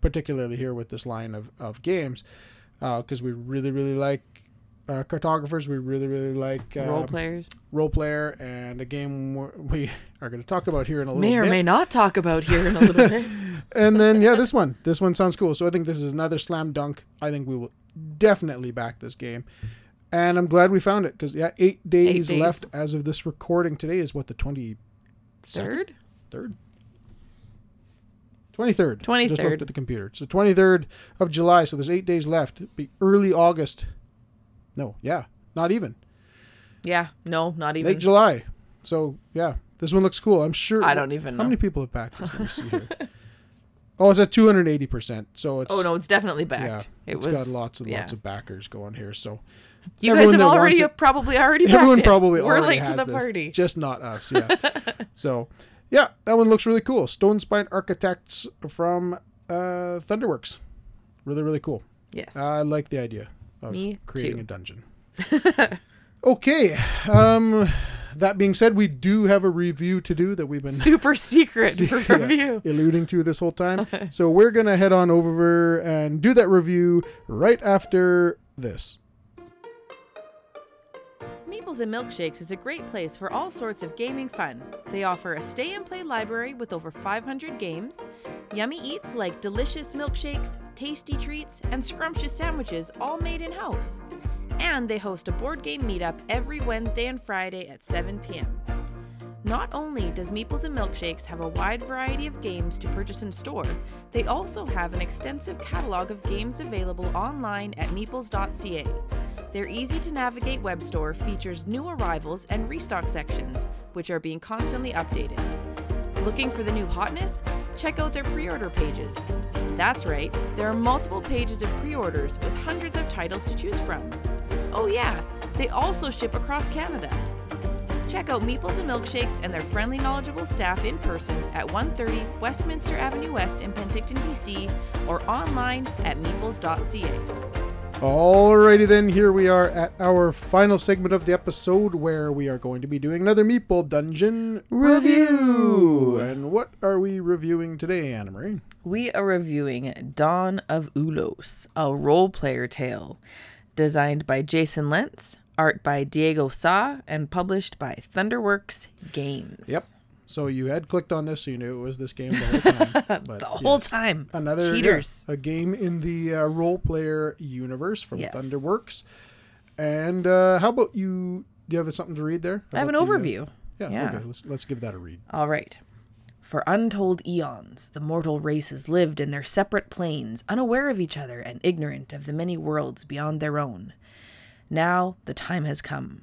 [SPEAKER 1] particularly here with this line of, of games, because we really really like uh, cartographers, we really really like um,
[SPEAKER 2] Role players
[SPEAKER 1] role player, and a game we're- [laughs] we are going to talk about here in a little
[SPEAKER 2] may or
[SPEAKER 1] bit.
[SPEAKER 2] may not talk about here in a little
[SPEAKER 1] [laughs]
[SPEAKER 2] bit. [laughs]
[SPEAKER 1] And then yeah, this one, this one sounds cool. So I think this is another slam dunk. I think we will definitely back this game. And I'm glad we found it because yeah, eight days,
[SPEAKER 2] days.
[SPEAKER 1] left as of this recording today is what the twenty
[SPEAKER 2] Third?
[SPEAKER 1] third. 23rd.
[SPEAKER 2] 23rd.
[SPEAKER 1] Just looked at the computer. So 23rd of July. So there's eight days left. It'd be early August. No, yeah, not even.
[SPEAKER 2] Yeah. No, not even.
[SPEAKER 1] Late July. So yeah, this one looks cool. I'm sure.
[SPEAKER 2] I don't even
[SPEAKER 1] How
[SPEAKER 2] know.
[SPEAKER 1] many people have backed this? Let me see
[SPEAKER 2] [laughs]
[SPEAKER 1] here. oh, it's at 280 percent. So it's.
[SPEAKER 2] oh no, it's definitely
[SPEAKER 1] Yeah,
[SPEAKER 2] backed. it
[SPEAKER 1] it's
[SPEAKER 2] was
[SPEAKER 1] got lots and
[SPEAKER 2] yeah.
[SPEAKER 1] lots of backers going here. So
[SPEAKER 2] You guys
[SPEAKER 1] everyone
[SPEAKER 2] have
[SPEAKER 1] that wants
[SPEAKER 2] already
[SPEAKER 1] it-
[SPEAKER 2] probably already backed
[SPEAKER 1] everyone
[SPEAKER 2] it.
[SPEAKER 1] probably
[SPEAKER 2] We're
[SPEAKER 1] already
[SPEAKER 2] late
[SPEAKER 1] has
[SPEAKER 2] to the
[SPEAKER 1] this,
[SPEAKER 2] party.
[SPEAKER 1] just not us.
[SPEAKER 2] [laughs]
[SPEAKER 1] Yeah. so, yeah, that one looks really cool. Stone Spine Architects from uh, Thunderworks. Really, really cool.
[SPEAKER 2] yes.
[SPEAKER 1] I like the idea of
[SPEAKER 2] Me
[SPEAKER 1] creating
[SPEAKER 2] [laughs] too.
[SPEAKER 1] a dungeon. okay. Um that being said, we do have a review to do that we've been
[SPEAKER 2] [laughs]
[SPEAKER 1] [laughs]
[SPEAKER 2] Super secret
[SPEAKER 1] yeah,
[SPEAKER 2] [laughs] review.
[SPEAKER 1] alluding to this whole
[SPEAKER 2] [laughs]
[SPEAKER 1] time. so we're gonna head on over and do that review right after this.
[SPEAKER 2] Meeples and Milkshakes is a great place for all sorts of gaming fun. They offer a stay and play library with over 500 games, yummy eats like delicious milkshakes, tasty treats, and scrumptious sandwiches all made in house. And they host a board game meetup every Wednesday and Friday at 7 p.m. Not only does Meeples and Milkshakes have a wide variety of games to purchase in store, they also have an extensive catalog of games available online at meeples.ca. Their easy to navigate web store features new arrivals and restock sections, which are being constantly updated. Looking for the new hotness? Check out their pre order pages. That's right, there are multiple pages of pre orders with hundreds of titles to choose from. Oh, yeah, they also ship across Canada. Check out Meeples and Milkshakes and their friendly, knowledgeable staff in person at 130 Westminster Avenue West in Penticton, BC, or online at meeples.ca.
[SPEAKER 1] Alrighty then, here we are at our final segment of the episode where we are going to be doing another Meeple Dungeon review. And what are we reviewing today, Anna Marie?
[SPEAKER 2] We are reviewing Dawn of Ulos, a role player tale, designed by Jason Lentz, art by Diego Sa, and published by Thunderworks Games.
[SPEAKER 1] Yep. So you had clicked on this, so you knew it was this game the whole
[SPEAKER 2] [laughs]
[SPEAKER 1] time. But
[SPEAKER 2] The whole
[SPEAKER 1] yes.
[SPEAKER 2] time.
[SPEAKER 1] Another yeah,
[SPEAKER 2] cheaters.
[SPEAKER 1] a game in the uh, role player universe from
[SPEAKER 2] Yes.
[SPEAKER 1] Thunderworks. And uh, how about you? Do you have something to read there?
[SPEAKER 2] I have an
[SPEAKER 1] About the, uh,
[SPEAKER 2] overview.
[SPEAKER 1] yeah,
[SPEAKER 2] Yeah.
[SPEAKER 1] Okay, let's, let's give that a read.
[SPEAKER 2] All right. For untold eons, the mortal races lived in their separate planes, unaware of each other and ignorant of the many worlds beyond their own. Now the time has come.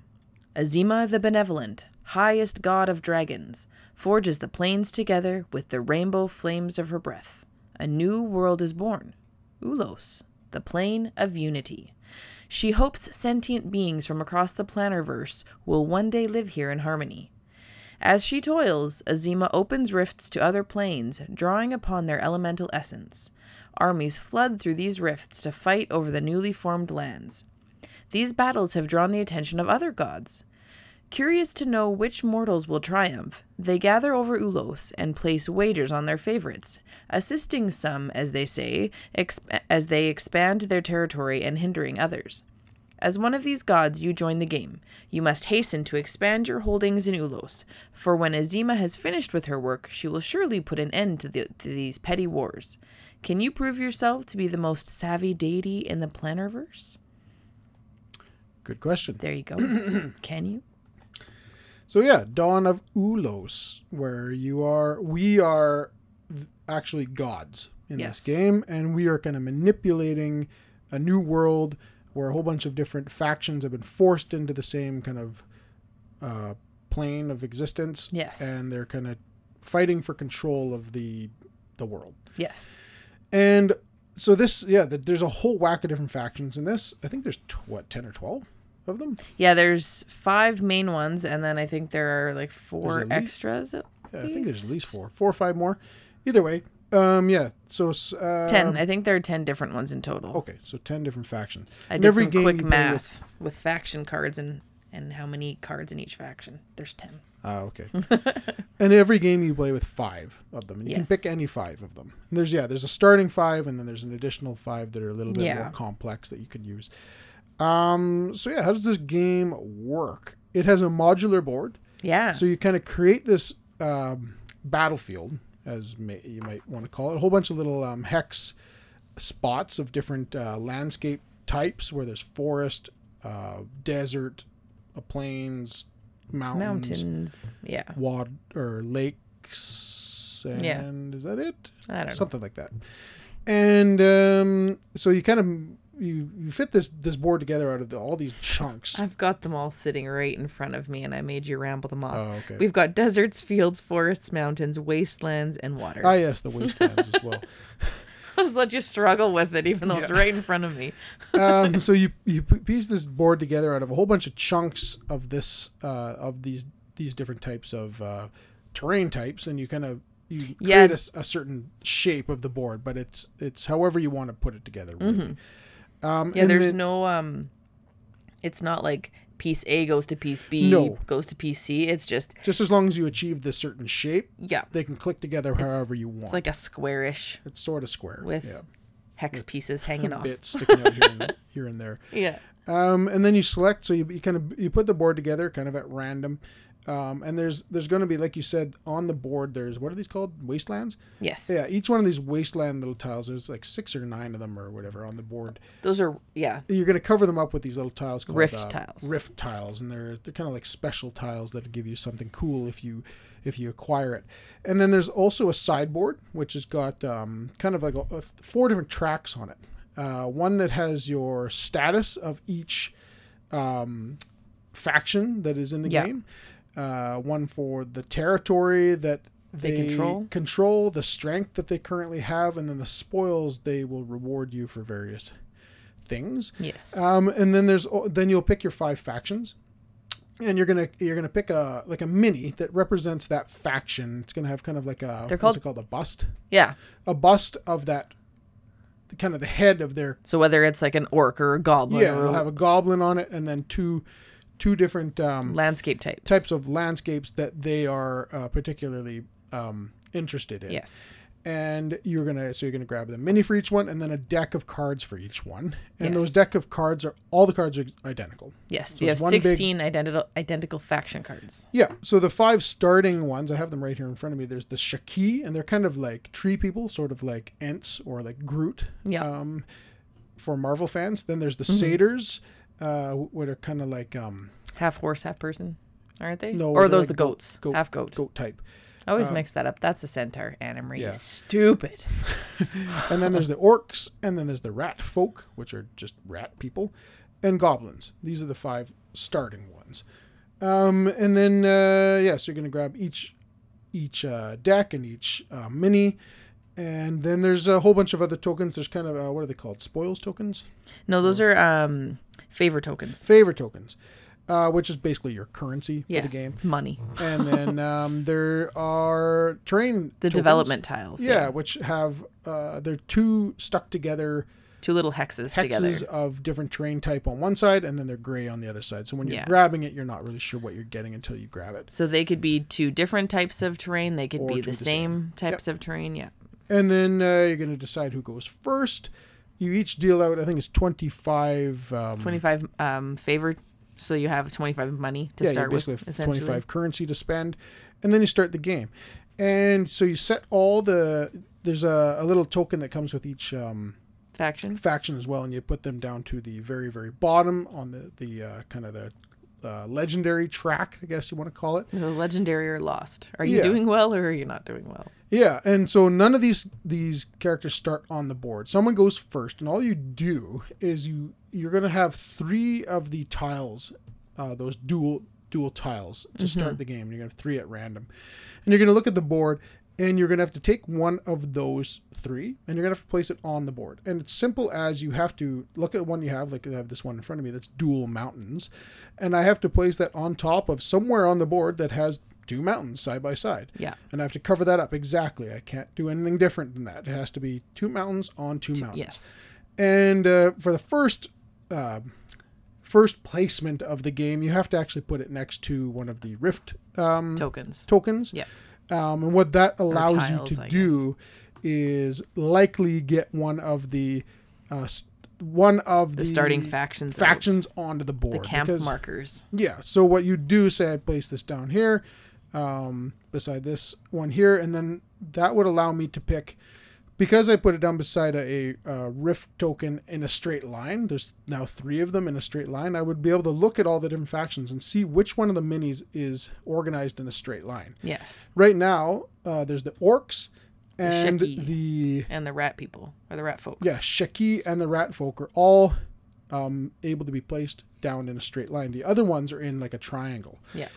[SPEAKER 2] Azima the Benevolent, highest god of dragons, forges the planes together with the rainbow flames of her breath. A new world is born Ulos, the plane of unity. She hopes sentient beings from across the planarverse will one day live here in harmony. As she toils, Azima opens rifts to other planes, drawing upon their elemental essence. Armies flood through these rifts to fight over the newly formed lands. These battles have drawn the attention of other gods. Curious to know which mortals will triumph, they gather over Ulos and place wagers on their favorites, assisting some, as they say, exp- as they expand their territory and hindering others. As one of these gods, you join the game. You must hasten to expand your holdings in Ulos, for when Azima has finished with her work, she will surely put an end to, the, to these petty wars. Can you prove yourself to be the most savvy deity in the planarverse?
[SPEAKER 1] Good question. [coughs]
[SPEAKER 2] There you go. Can you?
[SPEAKER 1] So yeah, Dawn of Ulos, where you are, we are th- actually gods in
[SPEAKER 2] Yes.
[SPEAKER 1] this game, and we are kind of manipulating a new world where a whole bunch of different factions have been forced into the same kind of uh, plane of existence.
[SPEAKER 2] Yes.
[SPEAKER 1] and they're kind of fighting for control of the the world.
[SPEAKER 2] Yes.
[SPEAKER 1] And so this, yeah, th there's a whole whack of different factions in this. I think there's tw- what ten or twelve of them.
[SPEAKER 2] Yeah, there's five main ones, and then I think there are like four
[SPEAKER 1] There's at least-
[SPEAKER 2] extras. At
[SPEAKER 1] Yeah, I think there's at
[SPEAKER 2] least.
[SPEAKER 1] least four, four or five more. Either way, um, yeah. So s- uh,
[SPEAKER 2] ten. I think there are ten different ones in total.
[SPEAKER 1] Okay, so ten different factions.
[SPEAKER 2] I
[SPEAKER 1] And
[SPEAKER 2] did some
[SPEAKER 1] you
[SPEAKER 2] quick
[SPEAKER 1] play
[SPEAKER 2] math with... faction cards and and how many cards in each faction. There's ten.
[SPEAKER 1] With, ah, okay.
[SPEAKER 2] [laughs]
[SPEAKER 1] and every game you play with five of them, and you can
[SPEAKER 2] Yes.
[SPEAKER 1] pick any five of them. And there's yeah, there's a starting five, and then there's an additional five that are a little bit
[SPEAKER 2] Yeah.
[SPEAKER 1] more complex that you can use. Um, so yeah, how does this game work? It has a modular board.
[SPEAKER 2] Yeah.
[SPEAKER 1] So you kind of create this um, battlefield, as may, you might want to call it, a whole bunch of little um, hex spots of different uh, landscape types, where there's forest, uh, desert, uh, plains, mountains,
[SPEAKER 2] Mountains. Yeah.
[SPEAKER 1] water, or lakes, and
[SPEAKER 2] Yeah.
[SPEAKER 1] is that it?
[SPEAKER 2] I don't know.
[SPEAKER 1] something like that. And um, so you kind of you, you fit this this board together out of the, all these chunks.
[SPEAKER 2] I've got them all sitting right in front of me, and I made you ramble them off.
[SPEAKER 1] Oh, okay.
[SPEAKER 2] We've got deserts, fields, forests, mountains, wastelands, and water.
[SPEAKER 1] Ah, yes, the wastelands as well.
[SPEAKER 2] [laughs] I'll just let you struggle with it, even though it's
[SPEAKER 1] Yeah.
[SPEAKER 2] right in front
[SPEAKER 1] [laughs]
[SPEAKER 2] of me.
[SPEAKER 1] um, so you you p- piece this board together out of a whole bunch of chunks of this uh, of these these different types of uh, terrain types, and you kind of you create
[SPEAKER 2] Yeah.
[SPEAKER 1] a, s- a certain shape of the board, but it's it's however you want to put it together. Really. Um,
[SPEAKER 2] Mm-hmm. Yeah,
[SPEAKER 1] and
[SPEAKER 2] there's
[SPEAKER 1] then-
[SPEAKER 2] no um it's not like piece A goes to piece B,
[SPEAKER 1] No.
[SPEAKER 2] goes to piece C. It's just
[SPEAKER 1] Just as long as you achieve this certain shape,
[SPEAKER 2] yeah,
[SPEAKER 1] they can click together however you want.
[SPEAKER 2] it's like a squarish
[SPEAKER 1] It's sort of square
[SPEAKER 2] with
[SPEAKER 1] yeah.
[SPEAKER 2] hex
[SPEAKER 1] [laughs]
[SPEAKER 2] pieces hanging off.
[SPEAKER 1] bits sticking out here
[SPEAKER 2] [laughs]
[SPEAKER 1] and, here and there.
[SPEAKER 2] Yeah.
[SPEAKER 1] Um, and then you select, so you, you kind of you put the board together kind of at random. Um, and there's there's going to be like you said on the board. There's what are these called? Wastelands.
[SPEAKER 2] Yes.
[SPEAKER 1] Yeah, each one of these wasteland little tiles. There's like six or nine of them or whatever on the board.
[SPEAKER 2] Those are yeah.
[SPEAKER 1] You're going to cover them up with these little tiles called uh,
[SPEAKER 2] Rift tiles.
[SPEAKER 1] Rift tiles, and they're they're kind of like special tiles that give you something cool if you if you acquire it. And then there's also a sideboard which has got um, kind of like a, a- four different tracks on it. Uh, one that has your status of each um, faction that is in the
[SPEAKER 2] Yeah.
[SPEAKER 1] game. Uh, one for the territory that they,
[SPEAKER 2] They control.
[SPEAKER 1] control, the strength that they currently have, and then the spoils they will reward you for various things.
[SPEAKER 2] Yes.
[SPEAKER 1] Um, and then there's then you'll pick your five factions, and you're gonna you're gonna pick a like a mini that represents that faction. It's gonna have kind of like a
[SPEAKER 2] They're
[SPEAKER 1] what's it called a bust,
[SPEAKER 2] yeah.
[SPEAKER 1] a bust of that kind of the head of their
[SPEAKER 2] So whether it's like an orc or a goblin
[SPEAKER 1] yeah.
[SPEAKER 2] or
[SPEAKER 1] It'll have a goblin on it, and then two two different um,
[SPEAKER 2] landscape types.
[SPEAKER 1] types of landscapes that they are uh, particularly um, interested in.
[SPEAKER 2] Yes.
[SPEAKER 1] And you're gonna so you're gonna grab the mini for each one, and then a deck of cards for each one. And
[SPEAKER 2] Yes.
[SPEAKER 1] those deck of cards are all the cards are identical.
[SPEAKER 2] Yes.
[SPEAKER 1] So
[SPEAKER 2] you have
[SPEAKER 1] it's one big-
[SPEAKER 2] sixteen identical identical faction cards.
[SPEAKER 1] Yeah. So the five starting ones, I have them right here in front of me. There's the Shaki, and they're kind of like tree people, sort of like Ents or like Groot
[SPEAKER 2] Yeah.
[SPEAKER 1] um, for Marvel fans. Then there's the Satyrs, uh, what are kind of like um,
[SPEAKER 2] half horse, half person, aren't they?
[SPEAKER 1] No,
[SPEAKER 2] or are
[SPEAKER 1] they're
[SPEAKER 2] those
[SPEAKER 1] like
[SPEAKER 2] the
[SPEAKER 1] goat-
[SPEAKER 2] goats?
[SPEAKER 1] goat-
[SPEAKER 2] half goat.
[SPEAKER 1] goat type.
[SPEAKER 2] I always mix that up. That's a centaur. Anna Marie, you
[SPEAKER 1] Yeah.
[SPEAKER 2] stupid.
[SPEAKER 1] and then there's the orcs, and then there's the rat folk, which are just rat people, and goblins. These are the five starting ones. Um, and then uh, yeah, so you're gonna grab each each uh, deck and each uh, mini, and then there's a whole bunch of other tokens. There's kind of uh, what are they called? Spoils tokens,
[SPEAKER 2] No, those are um favor tokens.
[SPEAKER 1] favor tokens, uh, which is basically your currency
[SPEAKER 2] Yes,
[SPEAKER 1] for the game.
[SPEAKER 2] it's money.
[SPEAKER 1] And
[SPEAKER 2] [laughs]
[SPEAKER 1] then um, there are terrain
[SPEAKER 2] The
[SPEAKER 1] tokens.
[SPEAKER 2] development tiles.
[SPEAKER 1] Yeah, which have uh, they're two stuck together
[SPEAKER 2] Two little hexes,
[SPEAKER 1] hexes
[SPEAKER 2] together.
[SPEAKER 1] of different terrain type on one side and then they're gray on the other side. So when you're
[SPEAKER 2] Yeah.
[SPEAKER 1] grabbing it, you're not really sure what you're getting until you grab it.
[SPEAKER 2] So they could be two different types of terrain. They could
[SPEAKER 1] Or
[SPEAKER 2] be
[SPEAKER 1] two
[SPEAKER 2] the
[SPEAKER 1] of the
[SPEAKER 2] same types of terrain. Yeah.
[SPEAKER 1] Mm-hmm. And then uh, you're going to decide who goes first. You each deal out, I think it's 25. Um,
[SPEAKER 2] 25 um favor. So you have 25 money to
[SPEAKER 1] yeah, you
[SPEAKER 2] start with.
[SPEAKER 1] basically have
[SPEAKER 2] Essentially.
[SPEAKER 1] 25 currency to spend. And then you start the game. And so you set all the. There's a, a little token that comes with each um,
[SPEAKER 2] faction.
[SPEAKER 1] faction as well, and you put them down to the very, very bottom on the, the uh, kind of the uh, legendary track, I guess you want to call it.
[SPEAKER 2] The legendary or lost. Are you
[SPEAKER 1] Yeah.
[SPEAKER 2] doing well or are you not doing well?
[SPEAKER 1] Yeah, and so none of these these characters start on the board. Someone goes first, and all you do is you you're gonna have three of the tiles, uh, those dual dual tiles to start the game. You're gonna have three at random, and you're gonna look at the board, and you're gonna have to take one of those three, and you're gonna have to place it on the board. And it's simple as you have to look at one you have, like I have this one in front of me that's dual mountains, and I have to place that on top of somewhere on the board that has two mountains side by side
[SPEAKER 2] Yeah.
[SPEAKER 1] and I have to cover that up exactly. I can't do anything different than that. It has to be two mountains on two mountains.
[SPEAKER 2] Yes.
[SPEAKER 1] And uh, for the first uh, first placement of the game, you have to actually put it next to one of the rift um,
[SPEAKER 2] Tokens.
[SPEAKER 1] tokens.
[SPEAKER 2] Yeah.
[SPEAKER 1] Um, and what that allows
[SPEAKER 2] tiles,
[SPEAKER 1] you to
[SPEAKER 2] I
[SPEAKER 1] do is likely get one of the uh, s- one of the,
[SPEAKER 2] The starting factions. of
[SPEAKER 1] factions onto the board.
[SPEAKER 2] The camp
[SPEAKER 1] because-
[SPEAKER 2] markers.
[SPEAKER 1] yeah. So what you do, say I place this down here, um, beside this one here, and then that would allow me to pick because I put it down beside a, a, uh rift token in a straight line. There's now three of them in a straight line. I would be able to look at all the different factions and see which one of the minis is organized in a straight line.
[SPEAKER 2] Yes.
[SPEAKER 1] Right now, uh, there's the orcs and
[SPEAKER 2] Sheki.
[SPEAKER 1] the
[SPEAKER 2] and the rat people or the rat folk.
[SPEAKER 1] yeah, Sheki and the rat folk are all um, able to be placed down in a straight line. The other ones are in like a triangle.
[SPEAKER 2] Yeah.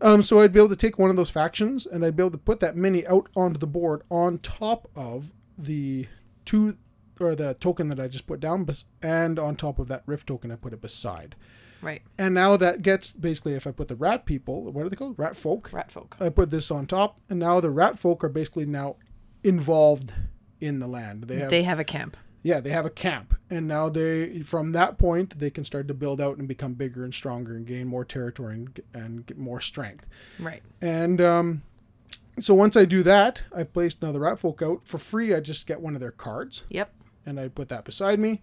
[SPEAKER 1] Um, so I'd be able to take one of those factions and I'd be able to put that mini out onto the board on top of the two or the token that I just put down, bes- and on top of that rift token, I put it beside.
[SPEAKER 2] Right.
[SPEAKER 1] And now that gets basically if I put the rat people, what are they called? Rat folk.
[SPEAKER 2] Rat folk.
[SPEAKER 1] I put this on top, and now the rat folk are basically now involved in the land. They have
[SPEAKER 2] They have a camp.
[SPEAKER 1] yeah, they have a camp, and now they from that point they can start to build out and become bigger and stronger and gain more territory and get, and get more strength.
[SPEAKER 2] Right.
[SPEAKER 1] And um, so once I do that, I placed another rat folk out for free. I just get one of their cards
[SPEAKER 2] Yep.
[SPEAKER 1] and I put that beside me.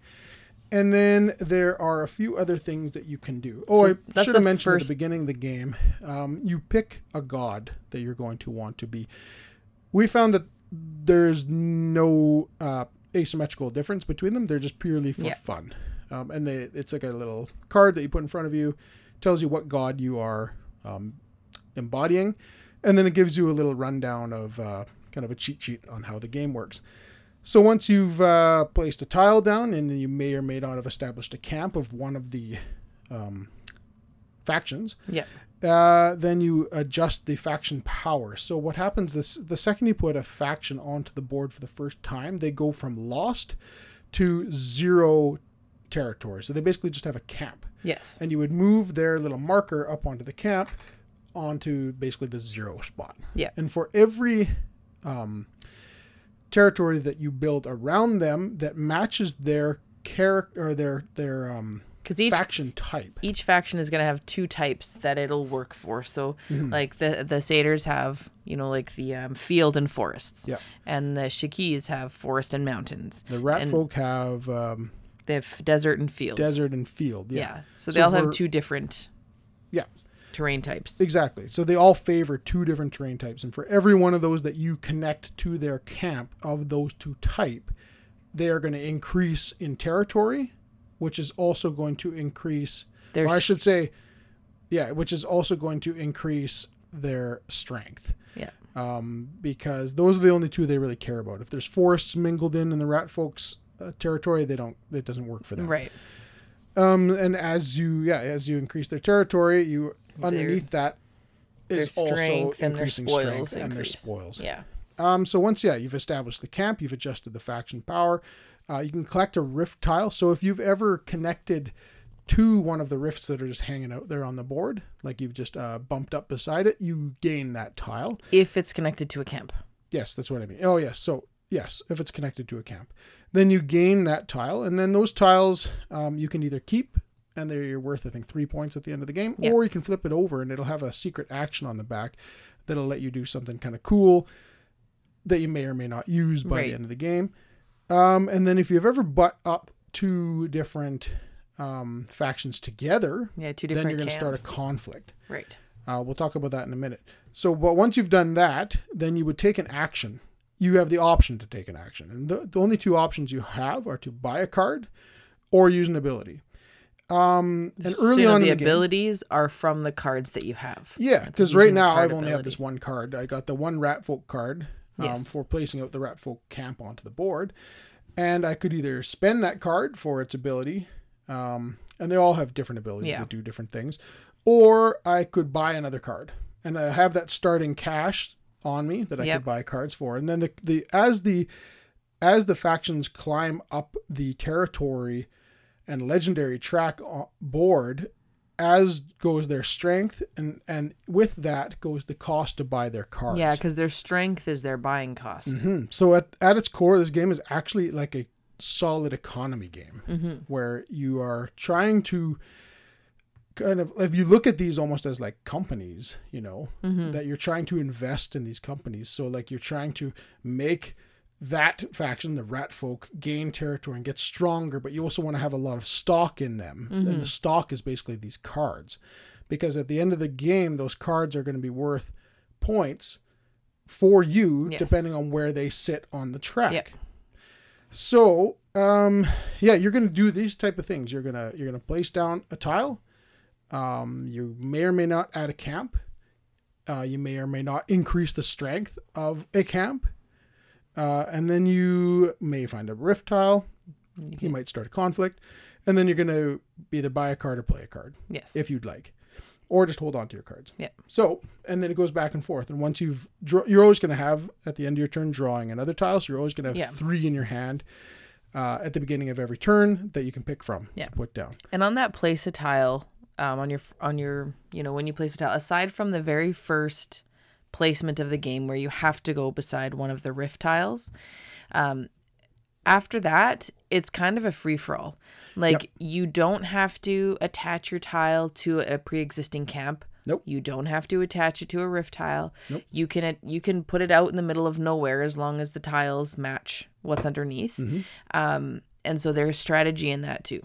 [SPEAKER 1] And then there are a few other things that you can do. Oh, I
[SPEAKER 2] that's
[SPEAKER 1] should have
[SPEAKER 2] the
[SPEAKER 1] mentioned at
[SPEAKER 2] first-
[SPEAKER 1] the beginning of the game, um, you pick a god that you're going to want to be. We found that there's no uh, asymmetrical difference between them. They're just purely for
[SPEAKER 2] Yeah.
[SPEAKER 1] fun, um, and they it's like a little card that you put in front of you, tells you what god you are um, embodying, and then it gives you a little rundown of uh, kind of a cheat sheet on how the game works. So once you've uh, placed a tile down, and you may or may not have established a camp of one of the um, factions,
[SPEAKER 2] Yep.
[SPEAKER 1] uh, then you adjust the faction power. So what happens this the second you put a faction onto the board for the first time, they go from lost to zero territory. So they basically just have a camp.
[SPEAKER 2] Yes.
[SPEAKER 1] And you would move their little marker up onto the camp onto basically the zero spot.
[SPEAKER 2] Yeah.
[SPEAKER 1] And for every um, territory that you build around them that matches their character or their their um,
[SPEAKER 2] Because each
[SPEAKER 1] faction type.
[SPEAKER 2] each faction is going to have two types that it'll work for. So,
[SPEAKER 1] Mm-hmm.
[SPEAKER 2] like the the satyrs have, you know, like the um, field and forests.
[SPEAKER 1] Yeah.
[SPEAKER 2] And the Shikis have forest and mountains.
[SPEAKER 1] The rat
[SPEAKER 2] and
[SPEAKER 1] folk have um,
[SPEAKER 2] They have desert and fields.
[SPEAKER 1] desert and field.
[SPEAKER 2] Yeah.
[SPEAKER 1] Yeah.
[SPEAKER 2] So,
[SPEAKER 1] So
[SPEAKER 2] they all have
[SPEAKER 1] for-
[SPEAKER 2] two different
[SPEAKER 1] Yeah.
[SPEAKER 2] terrain types.
[SPEAKER 1] Exactly. So they all favor two different terrain types, and for every one of those that you connect to their camp of those two type, they are going to increase in territory, which is also going to increase.
[SPEAKER 2] Their
[SPEAKER 1] Or I
[SPEAKER 2] s-
[SPEAKER 1] should say, yeah, which is also going to increase their strength
[SPEAKER 2] Yeah.
[SPEAKER 1] um, because those are the only two they really care about. If there's forests mingled in in the rat folks' uh, territory, they don't. It doesn't work for them.
[SPEAKER 2] Right.
[SPEAKER 1] Um, and as you yeah, as you increase their territory, you underneath that is
[SPEAKER 2] their
[SPEAKER 1] also
[SPEAKER 2] strength and their
[SPEAKER 1] increasing
[SPEAKER 2] spoils
[SPEAKER 1] strength and their
[SPEAKER 2] increase.
[SPEAKER 1] spoils.
[SPEAKER 2] Yeah.
[SPEAKER 1] Um, so once yeah, you've established the camp, you've adjusted the faction power. Uh, you can collect a rift tile. So if you've ever connected to one of the rifts that are just hanging out there on the board, like you've just uh, bumped up beside it, you gain that tile.
[SPEAKER 2] If it's connected to a camp.
[SPEAKER 1] Yes, that's what I mean. Oh, yes. So, yes, if it's connected to a camp, then you gain that tile, and then those tiles um, you can either keep, and they're worth, I think, three points at the end of the game,
[SPEAKER 2] Yeah.
[SPEAKER 1] or you can flip it over and it'll have a secret action on the back that'll let you do something kind of cool that you may or may not use by
[SPEAKER 2] Right.
[SPEAKER 1] the end of the game. Um, and then if you've ever butt up two different um, factions together,
[SPEAKER 2] Yeah. Two
[SPEAKER 1] then
[SPEAKER 2] different
[SPEAKER 1] you're going to start a
[SPEAKER 2] camps.
[SPEAKER 1] conflict.
[SPEAKER 2] Right.
[SPEAKER 1] Uh, we'll talk about that in a minute. So, but once you've done that, then you would take an action. You have the option to take an action, and the, the only two options you have are to buy a card or use an ability. Um, and early
[SPEAKER 2] so, you know,
[SPEAKER 1] on in
[SPEAKER 2] the
[SPEAKER 1] the, game,
[SPEAKER 2] abilities are from the cards that you have.
[SPEAKER 1] yeah,
[SPEAKER 2] That's
[SPEAKER 1] because
[SPEAKER 2] using
[SPEAKER 1] right
[SPEAKER 2] the
[SPEAKER 1] now
[SPEAKER 2] card
[SPEAKER 1] I've only have
[SPEAKER 2] ability.
[SPEAKER 1] this one card. I got the one rat folk card um,
[SPEAKER 2] Yes.
[SPEAKER 1] for placing out the rat folk camp onto the board, and I could either spend that card for its ability, um, and they all have different abilities
[SPEAKER 2] Yeah.
[SPEAKER 1] that do different things, or I could buy another card, and I have that starting cash on me that I
[SPEAKER 2] Yep.
[SPEAKER 1] could buy cards for, and then the the as the as the factions climb up the territory and legendary track o- board as goes their strength and and with that goes the cost to buy their cards
[SPEAKER 2] Yeah, because their strength is their buying cost.
[SPEAKER 1] Mhm. so at, at its core this game is actually like a solid economy game where you are trying to kind of if you look at these almost as like companies you know that you're trying to invest in these companies so like you're trying to make that faction the rat folk gain territory and get stronger but you also want to have a lot of stock in them and the stock is basically these cards because at the end of the game those cards are going to be worth points for you
[SPEAKER 2] Yes.
[SPEAKER 1] depending on where they sit on the track
[SPEAKER 2] Yep.
[SPEAKER 1] so, um, yeah, you're gonna do these type of things. You're gonna you're gonna place down a tile. Um, you may or may not add a camp. Uh, you may or may not increase the strength of a camp. Uh, and then you may find a rift tile. You might start a conflict, and then you're gonna either buy a card or play a card
[SPEAKER 2] Yes.
[SPEAKER 1] if you'd like, or just hold on to your cards.
[SPEAKER 2] Yeah.
[SPEAKER 1] So, and then it goes back and forth. And once you've, draw, you're always going to have at the end of your turn drawing another tile. So you're always going to have
[SPEAKER 2] Yeah.
[SPEAKER 1] three in your hand uh, at the beginning of every turn that you can pick from.
[SPEAKER 2] Yeah.
[SPEAKER 1] to Put down.
[SPEAKER 2] And on that place a tile, um, on your on your you know when you place a tile, aside from the very first placement of the game where you have to go beside one of the rift tiles, um, after that, it's kind of a free for all. Like you don't have to attach your tile to a pre-existing camp.
[SPEAKER 1] Nope.
[SPEAKER 2] You don't have to attach it to a rift tile. Nope. You can you can put it out in the middle of nowhere as long as the tiles match what's underneath.
[SPEAKER 1] Mm-hmm.
[SPEAKER 2] Um, and so there's strategy in that too.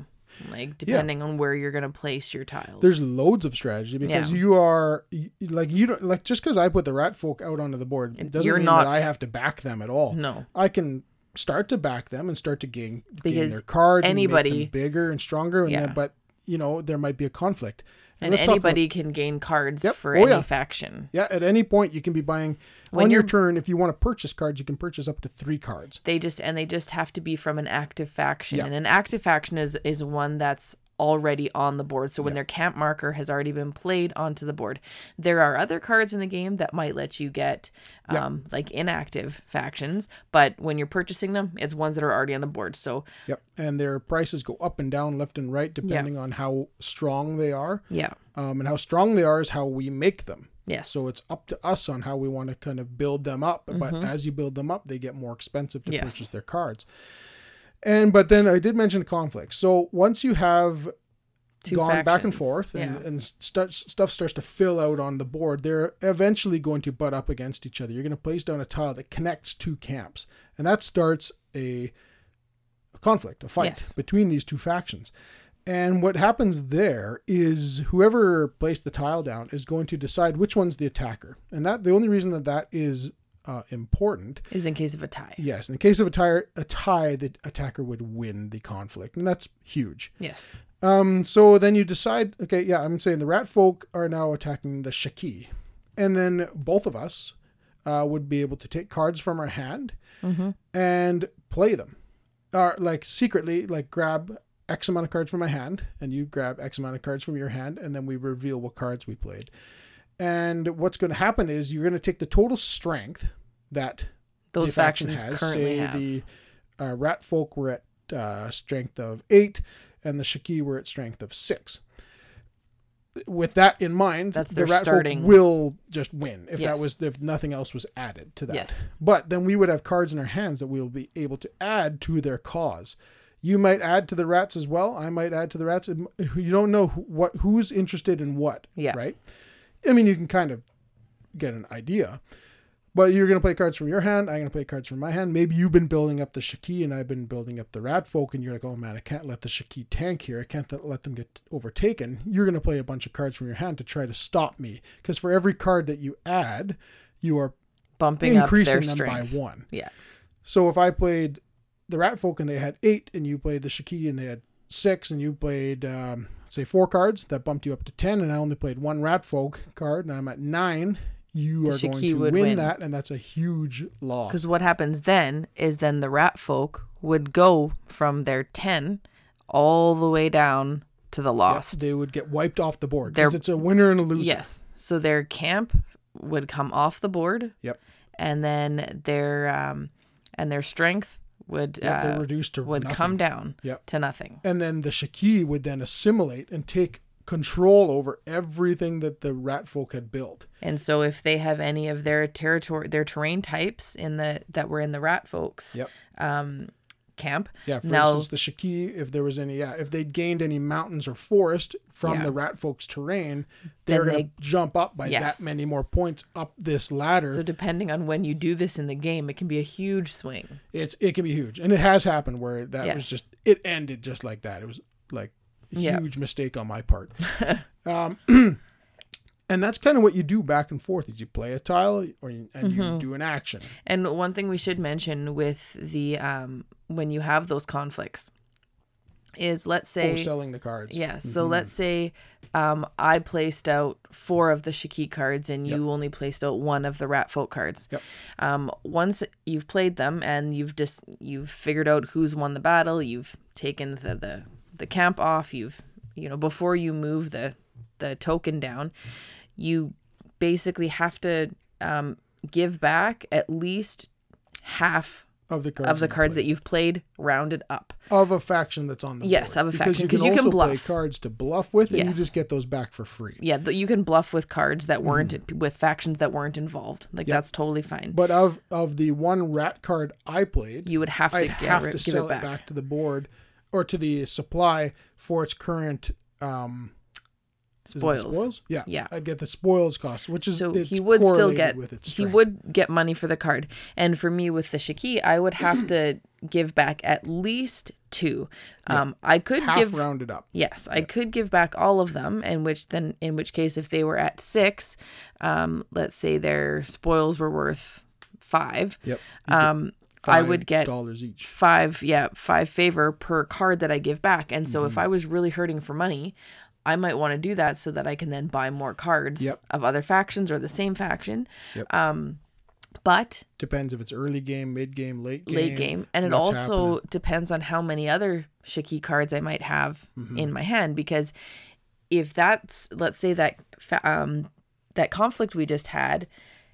[SPEAKER 2] Like depending on where you're gonna place your tiles.
[SPEAKER 1] There's loads of strategy because
[SPEAKER 2] Yeah.
[SPEAKER 1] you are y- like you don't like just because I put the rat folk out onto the board doesn't
[SPEAKER 2] you're
[SPEAKER 1] mean
[SPEAKER 2] not-
[SPEAKER 1] that I have to back them at all.
[SPEAKER 2] No.
[SPEAKER 1] I can start to back them and start to gain, gain
[SPEAKER 2] Because
[SPEAKER 1] their cards anybody
[SPEAKER 2] anybody-
[SPEAKER 1] bigger and stronger. And
[SPEAKER 2] Yeah.
[SPEAKER 1] then, but you know there might be a conflict.
[SPEAKER 2] and
[SPEAKER 1] let's talk about-
[SPEAKER 2] anybody can gain cards
[SPEAKER 1] Yep.
[SPEAKER 2] for
[SPEAKER 1] Oh,
[SPEAKER 2] any
[SPEAKER 1] yeah.
[SPEAKER 2] faction.
[SPEAKER 1] yeah, at any point you can be buying
[SPEAKER 2] When
[SPEAKER 1] on your
[SPEAKER 2] you're-
[SPEAKER 1] turn. If you want to purchase cards, you can purchase up to three cards.
[SPEAKER 2] They just and they just have to be from an active faction.
[SPEAKER 1] Yeah.
[SPEAKER 2] And an active faction is is one that's already on the board. So when their camp marker has already been played onto the board, there are other cards in the game that might let you get um like inactive factions, but when you're purchasing them, it's ones that are already on the board. So
[SPEAKER 1] Yep, and their prices go up and down, left and right, depending on how strong they are.
[SPEAKER 2] yeah.
[SPEAKER 1] Um, and how strong they are is how we make them.
[SPEAKER 2] Yes.
[SPEAKER 1] So it's up to us on how we want to kind of build them up. But as you build them up, they get more expensive to
[SPEAKER 2] Mm-hmm. Yes.
[SPEAKER 1] purchase their cards. And but then I did mention conflict. So once you have
[SPEAKER 2] Two
[SPEAKER 1] gone back and
[SPEAKER 2] factions.
[SPEAKER 1] forth and,
[SPEAKER 2] Yeah.
[SPEAKER 1] and start, stuff starts to fill out on the board, they're eventually going to butt up against each other. You're going to place down a tile that connects two camps, and that starts a, a conflict, a fight
[SPEAKER 2] Yes.
[SPEAKER 1] between these two factions. And what happens there is whoever placed the tile down is going to decide which one's the attacker. And that the only reason that that is uh, important
[SPEAKER 2] is in case of a tie.
[SPEAKER 1] Yes, in the case of a tie, a tie, the attacker would win the conflict, and that's huge.
[SPEAKER 2] Yes.
[SPEAKER 1] Um, so then you decide, okay, yeah, I'm saying the rat folk are now attacking the Shaki. And then both of us uh, would be able to take cards from our hand and play them. Or like secretly, like grab X amount of cards from my hand, and you grab X amount of cards from your hand, and then we reveal what cards we played. And what's going to happen is you're going to take the total strength that
[SPEAKER 2] Those
[SPEAKER 1] the faction
[SPEAKER 2] factions
[SPEAKER 1] has.
[SPEAKER 2] currently
[SPEAKER 1] Say
[SPEAKER 2] have.
[SPEAKER 1] the uh, rat folk were at uh, strength of eight, and the Shaki were at strength of six. With that in mind,
[SPEAKER 2] That's
[SPEAKER 1] the
[SPEAKER 2] their
[SPEAKER 1] rat
[SPEAKER 2] starting-
[SPEAKER 1] folk will just win if that
[SPEAKER 2] Yes.
[SPEAKER 1] was if nothing else was added to that.
[SPEAKER 2] Yes.
[SPEAKER 1] But then we would have cards in our hands that we will be able to add to their cause. You might add to the rats as well. I might add to the rats. It m- You don't know who- what who's interested in what.
[SPEAKER 2] Yeah.
[SPEAKER 1] Right. I mean, you can kind of get an idea. But you're going to play cards from your hand. I'm going to play cards from my hand. Maybe you've been building up the Shaki and I've been building up the Rat Folk, and you're like, oh man, I can't let the Shaki tank here. I can't th- let them get overtaken. You're going to play a bunch of cards from your hand to try to stop me. Because for every card that you add, you are
[SPEAKER 2] Bumping
[SPEAKER 1] increasing
[SPEAKER 2] up their
[SPEAKER 1] them
[SPEAKER 2] strength.
[SPEAKER 1] by one.
[SPEAKER 2] Yeah.
[SPEAKER 1] So if I played the Rat Folk and they had eight, and you played the Shaki and they had six, and you played um, say four cards, that bumped you up to ten, and I only played one Rat Folk card, and I'm at nine. You
[SPEAKER 2] The
[SPEAKER 1] are going
[SPEAKER 2] Shaki
[SPEAKER 1] to
[SPEAKER 2] would
[SPEAKER 1] win,
[SPEAKER 2] win.
[SPEAKER 1] that, and that's a huge loss.
[SPEAKER 2] Because what happens then is then the rat folk would go from their 10 all the way down to the lost.
[SPEAKER 1] They would get wiped off the board
[SPEAKER 2] They're-
[SPEAKER 1] because it's a winner and a loser.
[SPEAKER 2] Yes. So their camp would come off the board
[SPEAKER 1] Yep.
[SPEAKER 2] and then their um and their strength would
[SPEAKER 1] Yep,
[SPEAKER 2] uh,
[SPEAKER 1] they're reduced to
[SPEAKER 2] would
[SPEAKER 1] nothing.
[SPEAKER 2] come down
[SPEAKER 1] Yep.
[SPEAKER 2] to nothing.
[SPEAKER 1] and then the Shaki would then assimilate and take control over everything that the Rat Folk had built.
[SPEAKER 2] And so if they have any of their territory their terrain types in the that were in the rat folks
[SPEAKER 1] Yep.
[SPEAKER 2] um camp
[SPEAKER 1] Yeah, for
[SPEAKER 2] now
[SPEAKER 1] instance, the Shaki, if there was any, yeah, if they'd gained any mountains or forest from
[SPEAKER 2] Yeah.
[SPEAKER 1] the rat folks' terrain, they're
[SPEAKER 2] Then
[SPEAKER 1] going to
[SPEAKER 2] they-
[SPEAKER 1] jump up by
[SPEAKER 2] Yes.
[SPEAKER 1] that many more points up this ladder.
[SPEAKER 2] so depending on when you do this in the game it can be a huge swing.
[SPEAKER 1] it's it can be huge, and it has happened where that
[SPEAKER 2] Yes.
[SPEAKER 1] was just it ended just like that. It was like a
[SPEAKER 2] Yeah.
[SPEAKER 1] huge mistake on my
[SPEAKER 2] [laughs]
[SPEAKER 1] part. um, [clears throat] and that's kind of what you do back and forth: is you play a tile or you, and
[SPEAKER 2] Mm-hmm.
[SPEAKER 1] you do an action.
[SPEAKER 2] And one thing we should mention with the um, when you have those conflicts is let's
[SPEAKER 1] Oh,
[SPEAKER 2] say
[SPEAKER 1] selling the cards.
[SPEAKER 2] yeah, so let's say um, I placed out four of the Shiki cards and you only placed out one of the Rat Folk cards.
[SPEAKER 1] Yep.
[SPEAKER 2] Um, once you've played them and you've just you've figured out who's won the battle, you've taken the the, the camp off, you've you know before you move the the token down, you basically have to um, give back at least half
[SPEAKER 1] of the cards
[SPEAKER 2] of the
[SPEAKER 1] you
[SPEAKER 2] cards
[SPEAKER 1] play.
[SPEAKER 2] that you've played rounded up.
[SPEAKER 1] of a faction that's on the
[SPEAKER 2] Yes,
[SPEAKER 1] board.
[SPEAKER 2] of a
[SPEAKER 1] because
[SPEAKER 2] faction,
[SPEAKER 1] you can
[SPEAKER 2] 'cause you can
[SPEAKER 1] also play
[SPEAKER 2] bluff.
[SPEAKER 1] cards to bluff with, and you
[SPEAKER 2] Yes.
[SPEAKER 1] just get those back for free.
[SPEAKER 2] Yeah, th- you can bluff with cards that weren't with factions that weren't involved. Like that's totally fine.
[SPEAKER 1] Mm-hmm. But of of the one rat card I played,
[SPEAKER 2] you would have to,
[SPEAKER 1] I'd
[SPEAKER 2] get
[SPEAKER 1] have
[SPEAKER 2] rid-
[SPEAKER 1] to
[SPEAKER 2] give
[SPEAKER 1] sell
[SPEAKER 2] it back.
[SPEAKER 1] to the board or to the supply for its current um is it the
[SPEAKER 2] spoils.
[SPEAKER 1] spoils? Yeah,
[SPEAKER 2] Yeah.
[SPEAKER 1] I'd get the spoils cost, which is
[SPEAKER 2] So
[SPEAKER 1] it's
[SPEAKER 2] he would still
[SPEAKER 1] correlated
[SPEAKER 2] get
[SPEAKER 1] with its
[SPEAKER 2] he
[SPEAKER 1] strength.
[SPEAKER 2] would get money for the card. And for me with the Shaki, I would
[SPEAKER 1] [clears throat]
[SPEAKER 2] have to give back at least two. Um, I could
[SPEAKER 1] half
[SPEAKER 2] give
[SPEAKER 1] rounded up.
[SPEAKER 2] Yes, I could give back all of them, and which then, in which case, if they were at six, um, let's say their spoils were worth five,
[SPEAKER 1] Yep.
[SPEAKER 2] um, I would
[SPEAKER 1] Five
[SPEAKER 2] get
[SPEAKER 1] dollars each.
[SPEAKER 2] five, yeah, five favor per card that I give back. And so,
[SPEAKER 1] Mm-hmm.
[SPEAKER 2] if I was really hurting for money, I might want to do that so that I can then buy more cards
[SPEAKER 1] Yep.
[SPEAKER 2] of other factions or the same faction.
[SPEAKER 1] Yep.
[SPEAKER 2] Um, but
[SPEAKER 1] Depends if it's early game, mid game, late game.
[SPEAKER 2] late game and it
[SPEAKER 1] what's
[SPEAKER 2] also
[SPEAKER 1] happening.
[SPEAKER 2] depends on how many other shiki cards i might have
[SPEAKER 1] Mm-hmm.
[SPEAKER 2] in my hand because if that's let's say that fa- um that conflict we just had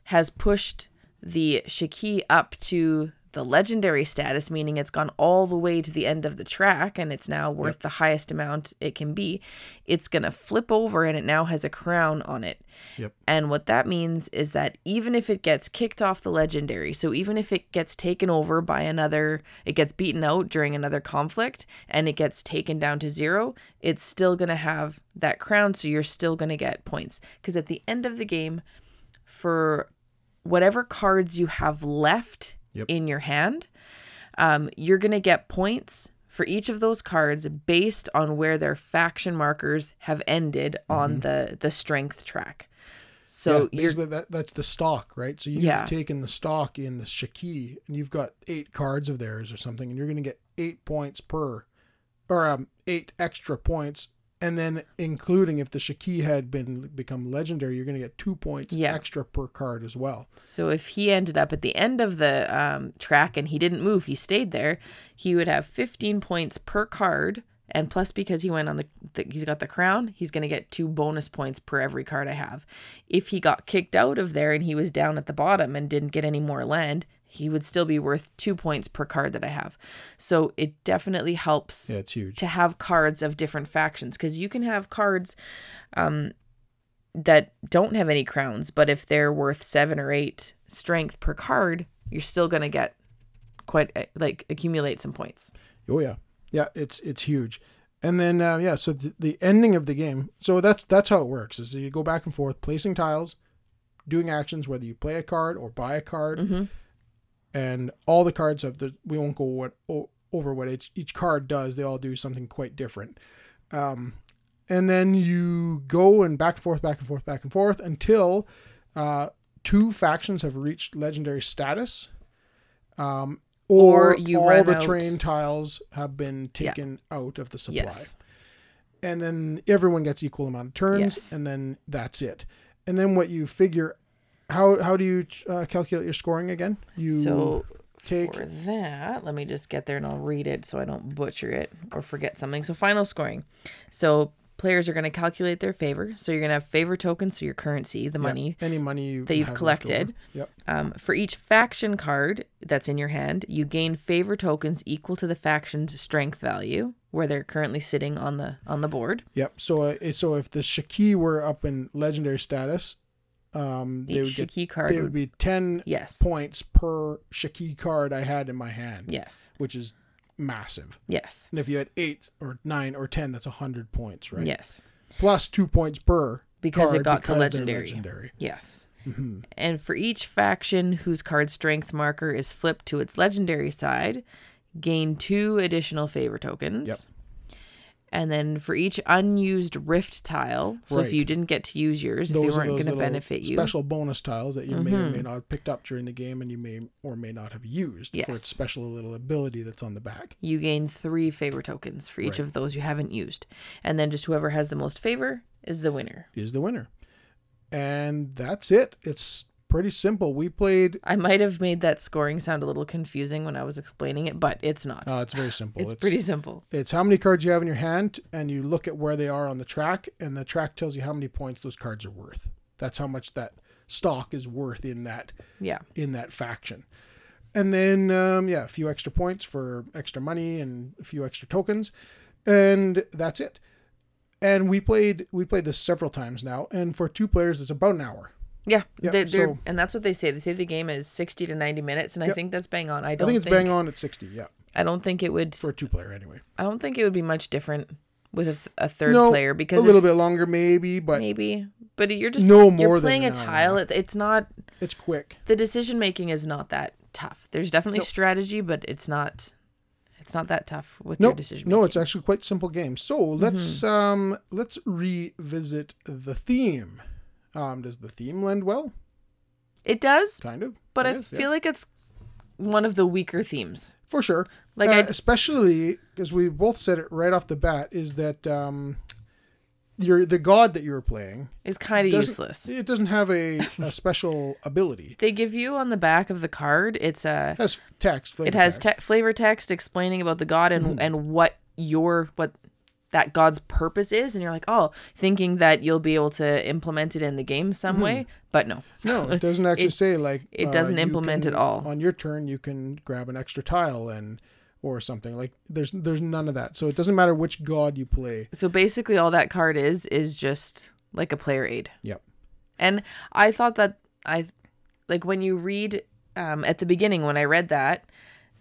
[SPEAKER 2] has pushed the shiki up to the legendary status meaning it's gone all the way to the end of the track and it's now worth the highest amount it can be it's going to flip over and it now has a crown on it
[SPEAKER 1] Yep.
[SPEAKER 2] and what that means is that even if it gets kicked off the legendary, so even if it gets taken over by another, it gets beaten out during another conflict and it gets taken down to zero, it's still going to have that crown. So you're still going to get points. Because at the end of the game, for whatever cards you have left
[SPEAKER 1] Yep.
[SPEAKER 2] in your hand, um, you're going to get points for each of those cards based on where their faction markers have ended on the the strength track. So
[SPEAKER 1] Mm-hmm. yeah,
[SPEAKER 2] you're
[SPEAKER 1] basically that, that's the stock, right? So you've
[SPEAKER 2] Yeah.
[SPEAKER 1] taken the stock in the Shaki and you've got eight cards of theirs or something, and you're going to get eight points per, or um, eight extra points. And then including if the Shaki had been become legendary, you're going to get two points
[SPEAKER 2] Yeah.
[SPEAKER 1] extra per card as well.
[SPEAKER 2] so if he ended up at the end of the um, track and he didn't move, he stayed there. He would have 15 points per card, and plus because he went on the, the he's got the crown, he's going to get two bonus points per every card I have. If he got kicked out of there and he was down at the bottom and didn't get any more land, he would still be worth two points per card that I have. So it definitely helps
[SPEAKER 1] Yeah, it's huge.
[SPEAKER 2] to have cards of different factions because you can have cards um, that don't have any crowns, but if they're worth seven or eight strength per card, you're still going to get quite uh, like accumulate some points.
[SPEAKER 1] Oh yeah, yeah, it's it's huge. And then uh, yeah, so the, the ending of the game. So that's that's how it works. Is you go back and forth, placing tiles, doing actions, whether you play a card or buy a card,
[SPEAKER 2] Mm-hmm.
[SPEAKER 1] and all the cards have the. We won't go what o- over what each, each card does. They all do something quite different. Um, and then you go and back and forth, back and forth, back and forth until uh, two factions have reached legendary status. Um, or,
[SPEAKER 2] Or you
[SPEAKER 1] all
[SPEAKER 2] run
[SPEAKER 1] the
[SPEAKER 2] out.
[SPEAKER 1] train tiles have been
[SPEAKER 2] Yeah.
[SPEAKER 1] taken out of the supply.
[SPEAKER 2] Yes.
[SPEAKER 1] And then everyone gets equal amount of turns,
[SPEAKER 2] Yes.
[SPEAKER 1] and then that's it. And then what you figure, how how do you uh, calculate your scoring again? You
[SPEAKER 2] So
[SPEAKER 1] take
[SPEAKER 2] for that, let me just get there and I'll read it so I don't butcher it or forget something. So final scoring. So players are going to calculate their favor. So you're going to have favor tokens, so your currency, the money.
[SPEAKER 1] any money you
[SPEAKER 2] that you've
[SPEAKER 1] have left over.
[SPEAKER 2] collected.
[SPEAKER 1] Yep.
[SPEAKER 2] Um, for each faction card that's in your hand, you gain favor tokens equal to the faction's strength value, where they're currently sitting on the on the board.
[SPEAKER 1] Yep. So uh, it- so if the Shaki were up in legendary status, um, they
[SPEAKER 2] Each
[SPEAKER 1] would get
[SPEAKER 2] Shiki card
[SPEAKER 1] they would
[SPEAKER 2] would
[SPEAKER 1] be ten
[SPEAKER 2] yes,
[SPEAKER 1] points per Shaki card I had in my hand,
[SPEAKER 2] yes,
[SPEAKER 1] which is massive.
[SPEAKER 2] yes,
[SPEAKER 1] And if you had eight or nine or ten, that's hundred points, right?
[SPEAKER 2] yes,
[SPEAKER 1] Plus two points per
[SPEAKER 2] Because it
[SPEAKER 1] card
[SPEAKER 2] got to
[SPEAKER 1] because they're
[SPEAKER 2] legendary.
[SPEAKER 1] legendary.
[SPEAKER 2] yes.
[SPEAKER 1] Mm-hmm.
[SPEAKER 2] And for each faction whose card strength marker is flipped to its legendary side, gain two additional favor tokens.
[SPEAKER 1] Yep.
[SPEAKER 2] And then for each unused rift tile, so
[SPEAKER 1] Right.
[SPEAKER 2] if you didn't get to use yours, if they
[SPEAKER 1] Those are
[SPEAKER 2] weren't
[SPEAKER 1] those
[SPEAKER 2] going to
[SPEAKER 1] little
[SPEAKER 2] benefit you, Mm-hmm.
[SPEAKER 1] special bonus tiles that you may or may not have picked up during the game, and you may or may not have used for
[SPEAKER 2] Yes.
[SPEAKER 1] its special little ability that's on the back.
[SPEAKER 2] you gain three favor tokens for each of those you haven't used. And then just whoever has the most favor is the winner.
[SPEAKER 1] Is the winner, and that's it. It's pretty simple. We played.
[SPEAKER 2] I might have made that scoring sound a little confusing when I was explaining it, but it's not.
[SPEAKER 1] Uh, it's very simple.
[SPEAKER 2] it's, pretty simple.
[SPEAKER 1] It's how many cards you have in your hand, and you look at where they are on the track, and the track tells you how many points those cards are worth. That's how much that stock is worth in that
[SPEAKER 2] Yeah.
[SPEAKER 1] in that faction. And then, um, yeah, a few extra points for extra money and a few extra tokens, and that's it. And we played we played this several times now, and for two players, it's about an hour.
[SPEAKER 2] Yeah,
[SPEAKER 1] Yeah,
[SPEAKER 2] they're, they're,
[SPEAKER 1] so-
[SPEAKER 2] and that's what they say. They say the game is sixty to ninety minutes, and I
[SPEAKER 1] Yep.
[SPEAKER 2] think that's bang on. I
[SPEAKER 1] I
[SPEAKER 2] don't
[SPEAKER 1] think it's bang on at sixty. Yeah,
[SPEAKER 2] I don't think it would.
[SPEAKER 1] for a two player anyway.
[SPEAKER 2] I don't think it would be much different with a, th- a third
[SPEAKER 1] no,
[SPEAKER 2] player because
[SPEAKER 1] a little
[SPEAKER 2] it's-
[SPEAKER 1] bit longer maybe, but
[SPEAKER 2] maybe, but you're just
[SPEAKER 1] No more
[SPEAKER 2] you're
[SPEAKER 1] than
[SPEAKER 2] playing
[SPEAKER 1] an
[SPEAKER 2] a
[SPEAKER 1] hour and a
[SPEAKER 2] tile. It, it's not
[SPEAKER 1] it's quick.
[SPEAKER 2] the decision making is not that tough. There's definitely strategy, but it's not it's not that tough with
[SPEAKER 1] No,
[SPEAKER 2] your decision.
[SPEAKER 1] no,
[SPEAKER 2] making. Mm-hmm.
[SPEAKER 1] it's actually quite simple game. So let's um let's revisit the theme. Um, does the theme lend well?
[SPEAKER 2] it does,
[SPEAKER 1] Kind of,
[SPEAKER 2] but I,
[SPEAKER 1] guess, yeah.
[SPEAKER 2] feel like it's one of the weaker themes.
[SPEAKER 1] for sure.
[SPEAKER 2] Like
[SPEAKER 1] Like uh,
[SPEAKER 2] I-
[SPEAKER 1] especially because we both said it right off the bat is that um, your the god that you're playing
[SPEAKER 2] It's kind of
[SPEAKER 1] doesn't-
[SPEAKER 2] useless.
[SPEAKER 1] It doesn't have a, a special ability.
[SPEAKER 2] They give you on the back of the card. It's a
[SPEAKER 1] It has text.
[SPEAKER 2] it
[SPEAKER 1] flavor
[SPEAKER 2] has
[SPEAKER 1] text. Mm-hmm.
[SPEAKER 2] te- flavor text explaining about the god and and what your what that god's purpose is and you're like oh thinking that you'll be able to implement it in the game some
[SPEAKER 1] Mm-hmm.
[SPEAKER 2] way but no
[SPEAKER 1] no,
[SPEAKER 2] [laughs]
[SPEAKER 1] it doesn't actually
[SPEAKER 2] it-
[SPEAKER 1] say like uh,
[SPEAKER 2] it doesn't
[SPEAKER 1] you
[SPEAKER 2] implement
[SPEAKER 1] can-
[SPEAKER 2] at all.
[SPEAKER 1] On your turn, you can grab an extra tile and or something like there's there's none of that. So it doesn't matter which god you play.
[SPEAKER 2] so basically all that card is is just like a player aid
[SPEAKER 1] Yep.
[SPEAKER 2] And I thought that I like when you read um, at the beginning when I read that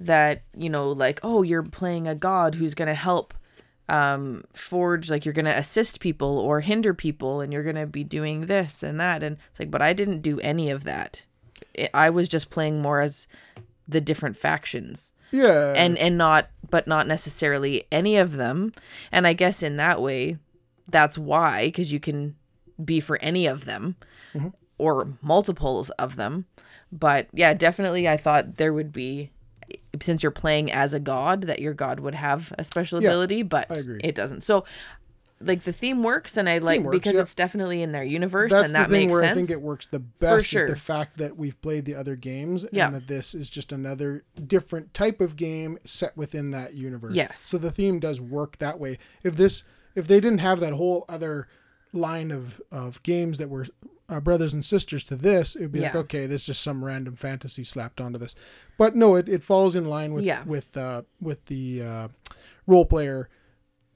[SPEAKER 2] that you know like oh you're playing a god who's going to help um forge like you're going to assist people or hinder people and you're going to be doing this and that and it's like but I didn't do any of that. I I was just playing more as the different factions
[SPEAKER 1] Yeah.
[SPEAKER 2] and and not but not necessarily any of them and i guess in that way that's why because you can be for any of them
[SPEAKER 1] Mm-hmm.
[SPEAKER 2] or multiples of them but yeah definitely i thought there would be since you're playing as a god that your god would have a special
[SPEAKER 1] Yeah,
[SPEAKER 2] ability but
[SPEAKER 1] I agree.
[SPEAKER 2] it doesn't so like the theme works and i like
[SPEAKER 1] Theme works,
[SPEAKER 2] because
[SPEAKER 1] yeah.
[SPEAKER 2] it's definitely in their universe
[SPEAKER 1] that's
[SPEAKER 2] and that
[SPEAKER 1] the thing
[SPEAKER 2] makes
[SPEAKER 1] where
[SPEAKER 2] sense
[SPEAKER 1] I think it works the best
[SPEAKER 2] sure.
[SPEAKER 1] is the fact that we've played the other games
[SPEAKER 2] Yeah.
[SPEAKER 1] and that this is just another different type of game set within that universe.
[SPEAKER 2] Yes.
[SPEAKER 1] So the theme does work that way. If this if they didn't have that whole other line of of games that were uh, brothers and sisters to this, it would be like
[SPEAKER 2] Yeah.
[SPEAKER 1] okay, there's just some random fantasy slapped onto this. But no, it, it falls in line with
[SPEAKER 2] Yeah.
[SPEAKER 1] with uh, with the uh, role player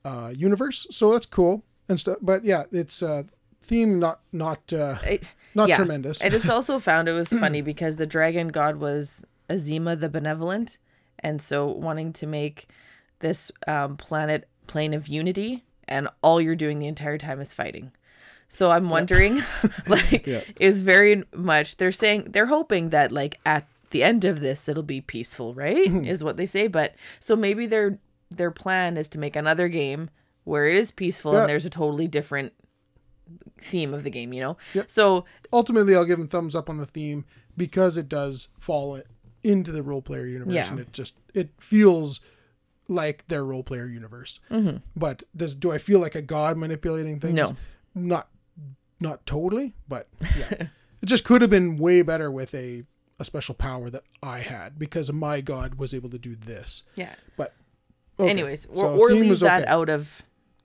[SPEAKER 1] uh, universe. So that's cool and stuff. But yeah, it's uh, theme not not uh,
[SPEAKER 2] It-
[SPEAKER 1] Not tremendous.
[SPEAKER 2] I just also found it
[SPEAKER 1] [clears throat]
[SPEAKER 2] was funny because the dragon god was Azima the Benevolent, and so wanting to make this um, planet plane of unity, and all you're doing the entire time is fighting. So I'm
[SPEAKER 1] [laughs]
[SPEAKER 2] wondering, [laughs] like,
[SPEAKER 1] Yep.
[SPEAKER 2] is very much they're saying they're hoping that like at the end of this it'll be peaceful, right?
[SPEAKER 1] Mm-hmm.
[SPEAKER 2] Is what they say. But so maybe their their plan is to make another game where it is peaceful
[SPEAKER 1] Yeah.
[SPEAKER 2] and there's a totally different theme of the game, you know?
[SPEAKER 1] Yep.
[SPEAKER 2] So
[SPEAKER 1] ultimately I'll give them thumbs up on the theme because it does fall i- into the role player universe
[SPEAKER 2] Yeah.
[SPEAKER 1] and it just it feels like their role player universe. But does do I feel like a god manipulating things?
[SPEAKER 2] Mm-hmm. No.
[SPEAKER 1] Not not totally, but yeah.
[SPEAKER 2] [laughs]
[SPEAKER 1] it just could have been way better with a a special power that I had because my god was able to do this.
[SPEAKER 2] yeah.
[SPEAKER 1] But okay.
[SPEAKER 2] Anyways, or,
[SPEAKER 1] So
[SPEAKER 2] or
[SPEAKER 1] theme
[SPEAKER 2] leave
[SPEAKER 1] was
[SPEAKER 2] that
[SPEAKER 1] okay.
[SPEAKER 2] out of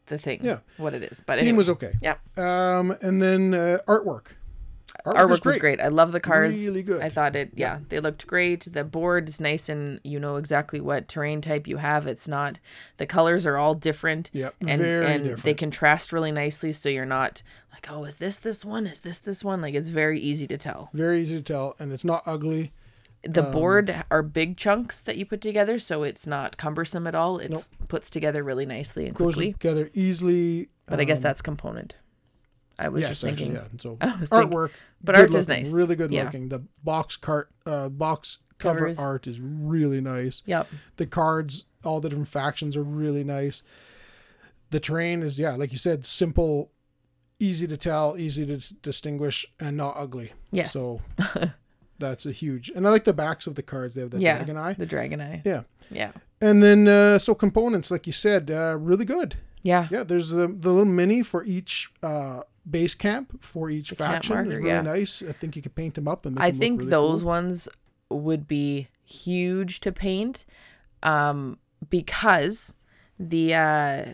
[SPEAKER 2] the thing.
[SPEAKER 1] Yeah.
[SPEAKER 2] What it is. But
[SPEAKER 1] Theme
[SPEAKER 2] anyway.
[SPEAKER 1] was okay.
[SPEAKER 2] yeah.
[SPEAKER 1] Um and then uh, artwork.
[SPEAKER 2] Artwork
[SPEAKER 1] was
[SPEAKER 2] was great. I love the cards.
[SPEAKER 1] Really good.
[SPEAKER 2] I thought it. Yeah, they looked great. The board is nice, and you know exactly what terrain type you have. It's not. The colors are all different.
[SPEAKER 1] Yep,
[SPEAKER 2] and
[SPEAKER 1] very
[SPEAKER 2] and they
[SPEAKER 1] different.
[SPEAKER 2] contrast really nicely, so you're not like, oh, is this this one? Is this this one? Like it's very easy to tell.
[SPEAKER 1] Very easy to tell and it's not ugly. Um,
[SPEAKER 2] the board are big chunks that you put together, so it's not cumbersome at all. It puts together really nicely and
[SPEAKER 1] goes
[SPEAKER 2] quickly.
[SPEAKER 1] together easily.
[SPEAKER 2] But I guess that's component. I was just
[SPEAKER 1] yes,
[SPEAKER 2] thinking.
[SPEAKER 1] actually, Um, yeah. And so
[SPEAKER 2] [laughs] I was thinking-
[SPEAKER 1] artwork,
[SPEAKER 2] but
[SPEAKER 1] good
[SPEAKER 2] art is
[SPEAKER 1] looking,
[SPEAKER 2] nice.
[SPEAKER 1] really good
[SPEAKER 2] Yeah.
[SPEAKER 1] looking. The box cart, uh, box cover
[SPEAKER 2] Covers.
[SPEAKER 1] art is really nice.
[SPEAKER 2] Yep.
[SPEAKER 1] The cards, all the different factions are really nice. The terrain is yeah, like you said, simple, easy to tell, easy to s- distinguish, and not ugly.
[SPEAKER 2] Yes. [laughs]
[SPEAKER 1] So that's a huge. And I like the backs of the cards. They have the
[SPEAKER 2] yeah.
[SPEAKER 1] dragon eye.
[SPEAKER 2] The dragon eye.
[SPEAKER 1] Yeah.
[SPEAKER 2] Yeah.
[SPEAKER 1] And then uh, so components, like you said, uh, really good.
[SPEAKER 2] Yeah.
[SPEAKER 1] Yeah, there's the, the little mini for each uh, base camp for each
[SPEAKER 2] camp
[SPEAKER 1] faction.
[SPEAKER 2] marker,
[SPEAKER 1] is really
[SPEAKER 2] yeah.
[SPEAKER 1] nice. I think you could paint them up and make
[SPEAKER 2] I
[SPEAKER 1] them
[SPEAKER 2] think
[SPEAKER 1] look really
[SPEAKER 2] those
[SPEAKER 1] cool.
[SPEAKER 2] ones would be huge to paint um, because the uh,